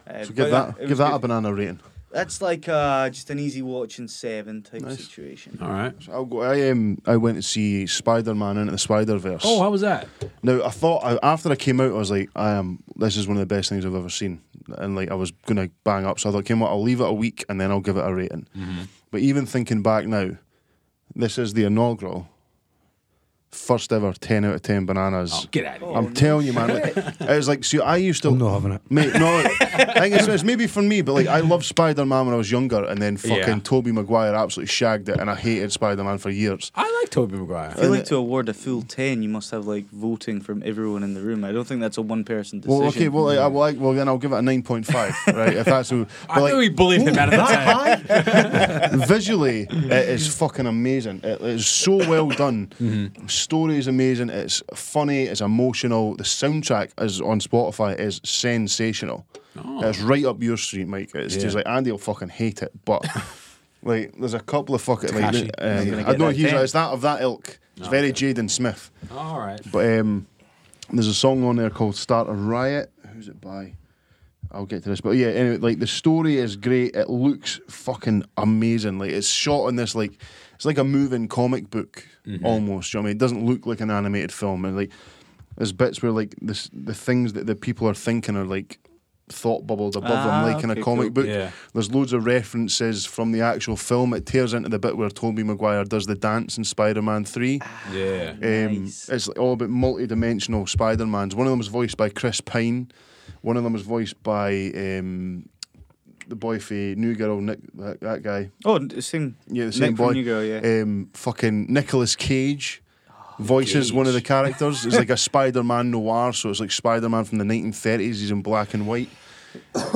Uh,
So
but
give that
it
give
was
that
good.
a banana rating.
That's like uh, just an easy watch and seven type
Nice.
situation.
All right.
So I'll go. I um, I went to see Spider Man into the Spider Verse.
Oh, how was that?
Now I thought I, after I came out, I was like, I am. This is one of the best things I've ever seen, and like I was gonna bang up. So I thought, came what? I'll leave it a week and then I'll give it a rating.
Mm-hmm.
But even thinking back now, this is the inaugural, first ever ten out of ten bananas.
Oh, get out of here.
I'm telling you, man. Like, it was like, see, I used to.
I'm not having it.
Mate, no, I think it's, it's maybe for me, but like I loved Spider Man when I was younger, and then fucking
Yeah.
Tobey Maguire absolutely shagged it, and I hated Spider Man for years.
I like Toby Maguire.
I feel like to award a full ten, you must have like voting from everyone in the room. I don't think that's a one-person decision.
Well, okay, well, like, I, well, I- well, then I'll give it a nine point five, right? If that's who,
I knew he bullied him out of the time.
Mm-hmm.
visually, it is fucking amazing. It is so well done, story is amazing. It's funny. It's emotional. The soundtrack is on Spotify is sensational.
Oh.
It's right up your street, Mike. It's just
Yeah.
like Andy will fucking hate it, but like there's a couple of fucking like
Takashi.
uh,
I'm gonna
I
get
know
that
he's
thing.
it's that of that ilk. It's very Jaden Smith.
All right.
But um, there's a song on there called "Start a Riot." Who's it by? I'll get to this, but yeah. Anyway, like the story is great. It looks fucking amazing. Like it's shot in this like it's like a moving comic book
Mm-hmm.
almost. You know what I mean? It doesn't look like an animated film, and like there's bits where like this the things that the people are thinking are like thought bubbled above
Ah,
them, like in a
okay,
comic
cool.
book.
Yeah.
There's loads of references from the actual film. It tears into the bit where Tobey Maguire does the dance in Spider-Man Three.
Ah,
Yeah.
Um,
Nice.
It's like all about multi-dimensional Spider-Mans. One of them was voiced by Chris Pine. One of them was voiced by um, the boy for New Girl, Nick, that, that guy.
Oh, the same.
Yeah, the same
Nick
boy.
From New Girl, yeah.
Um, fucking Nicolas Cage voices one of the characters. It's like a Spider-Man noir, so it's like Spider-Man from the 1930s. He's in black and white.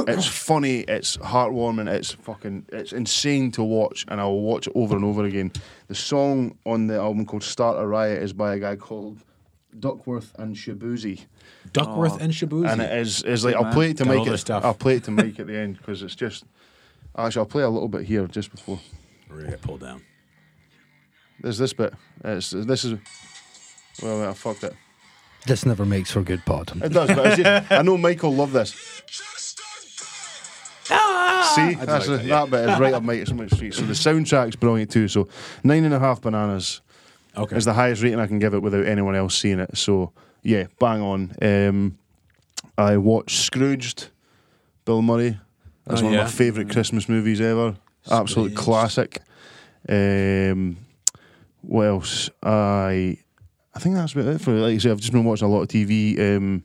It's funny, it's heartwarming, it's fucking, it's insane to watch, and I'll watch it over and over again. The song on the album called "Start a Riot" is by a guy called Duckworth and Shabuzi,
Duckworth
Oh.
and uh, Shabuzi.
and it is is like I'll
man.
play it to
Got all
make
their
it.
stuff.
I'll play it to make at the end because it's just. Actually, I'll play a little bit here just before.
really got pulled down.
There's this bit. It's, this is. Well, I fucked it.
This never makes for good pod.
It does, but it's just, I know Michael loved this.
Ah!
See, that's a- that bit is right up Mike's Mike's street. So the soundtrack's brilliant too. So nine and a half bananas
Okay.
is the highest rating I can give it without anyone else seeing it. So yeah, bang on. Um, I watched Scrooged, Bill Murray. That's
Oh,
one
yeah.
of my favourite Christmas movies ever. Absolute
Scrooged.
classic. Um, what else? I I think that's about it for like I say. I've just been watching a lot of TV. Um,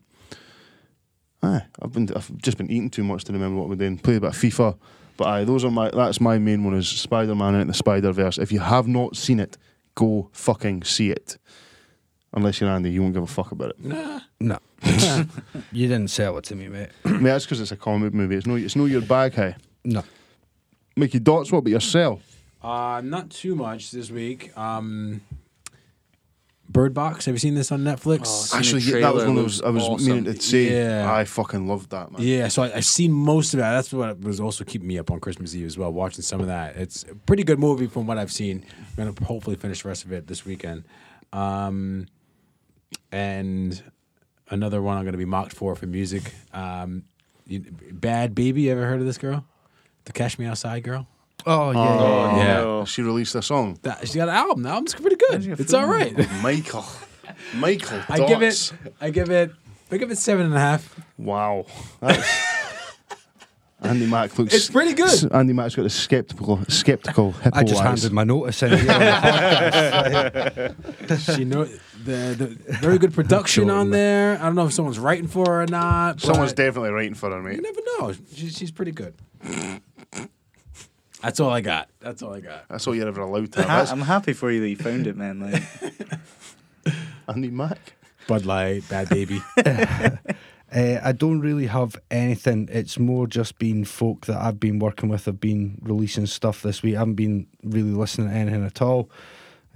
aye, I've been I've just been eating too much to remember what we're doing. Played a bit of FIFA, but aye, those are my that's my main one is Spider Man and the Spider Verse. If you have not seen it, go fucking see it. Unless you're Andy, you won't give a fuck about it.
No. you didn't sell it to me, mate.
I mean, that's because it's a comic movie. It's no, it's no your bag, hey.
No.
Mickey Dots, what about yourself?
Uh, not too much this week. Um, Bird Box. Have you seen this on Netflix?
Oh, I've seen
Actually,
the
yeah, that was
trailer,
one I
it
was,
looks
I was
awesome.
meaning to say.
Yeah.
I fucking loved that man.
yeah, so I, I've seen most of that. That's what was also keeping me up on Christmas Eve as well. Watching some of that. It's a pretty good movie from what I've seen. I'm gonna hopefully finish the rest of it this weekend. Um, and another one I'm gonna be mocked for for music. Um, you, Bad Baby. You ever heard of this girl? The Cash Me Outside girl.
Oh, yeah. yeah, yeah.
yeah.
No.
She released a song.
That, she got an album. The album's pretty good. It's all right.
Michael. Michael. Dots.
I give it. I give it. I give it seven and a half.
Wow. That's, Andy Mack looks.
It's pretty good.
S- Andy Mack's got a skeptical, skeptical hippo
I just
eyes.
handed my notice in. here.
She know the, the very good production on there. I don't know if someone's writing for her or not. but
Someone's definitely writing for her,
You
mate.
never know. She, she's pretty good. That's all I got. That's all I got.
That's all you're ever allowed to.
Ha-
have.
I'm happy for you that you found it, man.
That's
Like,
Andy Mack.
Bud Light, Bad Baby.
Uh, I don't really have anything. It's more just been folk that I've been working with have been releasing stuff this week. I haven't been really listening to anything at all.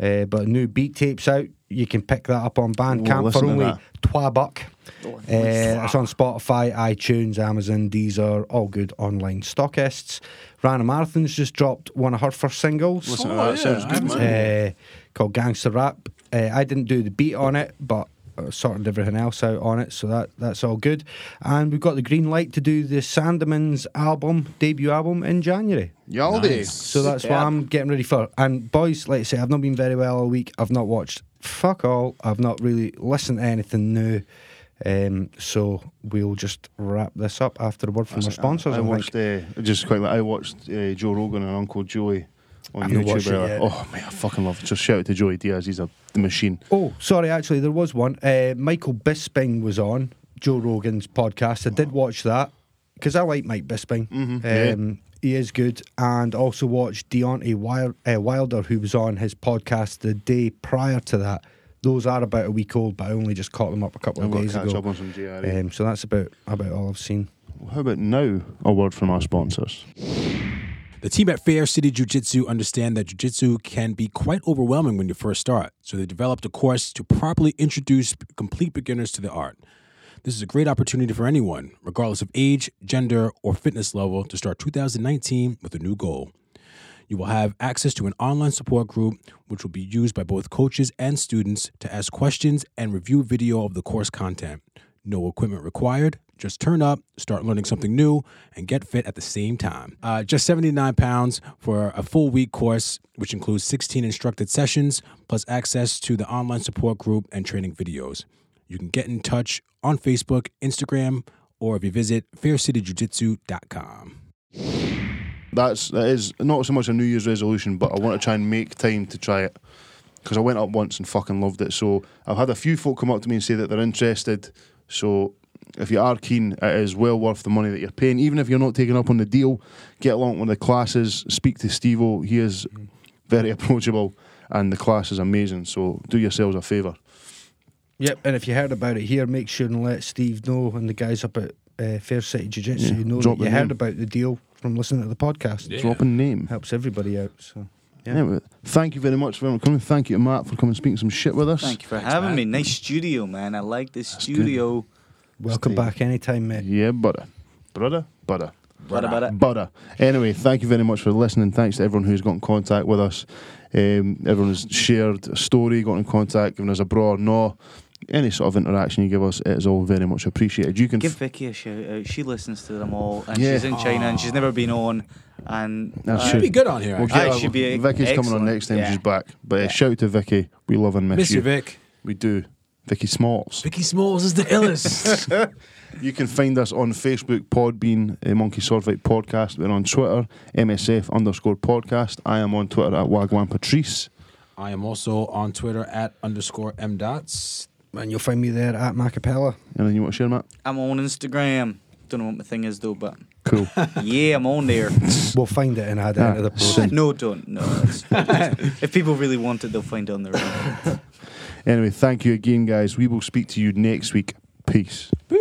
Uh, but a new beat tapes out. You can pick that up on Bandcamp
listen
for
to
only
that.
twa buck.
Oh,
Uh, it's on Spotify, iTunes, Amazon, Deezer, all good online stockists. Rana Marathon's just dropped one of her first singles
Listen
Oh,
to that.
yeah, I
Sounds
haven't
good,
seen
man.
uh, called Gangster Rap. Uh, I didn't do the beat on it, but I sorted everything else out on it, so that that's all good. And we've got the green light to do the Sandemans album debut album in January.
Yaldi.
Nice.
So that's what I'm getting ready for. And boys, like I say, I've not been very well all week. I've not watched fuck all. I've not really listened to anything new. Um, so we'll just wrap this up after a word from our sponsors.
I
I think.
watched uh, just quickly. I watched uh, Joe Rogan and Uncle Joey on
I've not
YouTube.
watched it
earlier.
yet.
oh man, I fucking love it. Just shout out to Joey Diaz. He's a the machine.
Oh, sorry, actually, there was one. Uh, Michael Bisping was on Joe Rogan's podcast. I did watch that because I like Mike Bisping.
Mm-hmm. yeah.
Um, He is good. And also watched Deontay Wilder, uh, Wilder, who was on his podcast the day prior to that. Those are about a week old, but I only just caught them up a couple
I'm
of
gonna
days
catch
ago.
up on some E. GRE.
Um, so that's about, about all I've seen.
How about now? A word from our sponsors.
The team at Fair City Jiu Jitsu understand that Jiu Jitsu can be quite overwhelming when you first start, so they developed a course to properly introduce complete beginners to the art. This is a great opportunity for anyone, regardless of age, gender, or fitness level, to start 2019 with a new goal. You will have access to an online support group, which will be used by both coaches and students to ask questions and review video of the course content. No equipment required. Just turn up, start learning something new, and get fit at the same time. Uh, just 79 pounds for a full week course, which includes 16 instructed sessions, plus access to the online support group and training videos. You can get in touch on Facebook, Instagram, or if you visit faircityjujitsu.com.
That's that is not so much a New Year's resolution, but I want to try and make time to try it because I went up once and fucking loved it. So I've had a few folk come up to me and say that they're interested. So if you are keen, it is well worth the money that you're paying, even if you're not taking up on the deal. Get along with the classes. Speak to Stevo. He is very approachable, and the class is amazing. So do yourselves a favour.
Yep, and if you heard about it here, make sure and let Steve know and the guys up at uh, Fair City Jiu Jitsu
Yeah,
know
drop
that you
their
heard
name.
about the deal from listening to the podcast.
Yeah.
Dropping name.
Helps everybody out. So
Yeah. well, thank you very much for coming. Thank you to Matt for coming and speaking some shit with us.
Thank you for having
Matt.
me. Nice studio, man. I like this
good.
studio.
welcome
Steve.
back anytime, mate.
Yeah, butter. Brother? Butter.
What about it?
Butter. Anyway, thank you very much for listening. Thanks to everyone who's got in contact with us. Um, everyone has shared a story, got in contact, given us a bra or no. Any sort of interaction you give us, it is all very much appreciated. You can
Give
f-
Vicky a shout out. She listens to them all, and
Yeah.
she's in China, and she's never been on. And
That's true.
uh,
Should be good on here.
we'll
actually.
I
get
should be
Vicky's coming
excellent.
on next time
Yeah.
she's back. But uh,
Yeah.
shout out to Vicky. We love and miss,
Miss
you.
you, Vic.
We do. Vicky Smalls.
Vicky Smalls is the illest.
You can find us on Facebook, Podbean, uh, Monkey Sword Fight Podcast. We're on Twitter, MSF underscore podcast. I am on Twitter at Wagwan Patrice.
I am also on Twitter at underscore m dots.
And you'll find me there at Macapella.
Anything you want to share, Matt?
I'm on Instagram. Don't know what my thing is though, but
Cool.
yeah, I'm on there.
We'll find it and add it
Ah,
into the post.
sin.
no, don't. No. it's- if people really want it, they'll find it on their own.
anyway, thank you again, guys. We will speak to you next week. Peace.
Peace.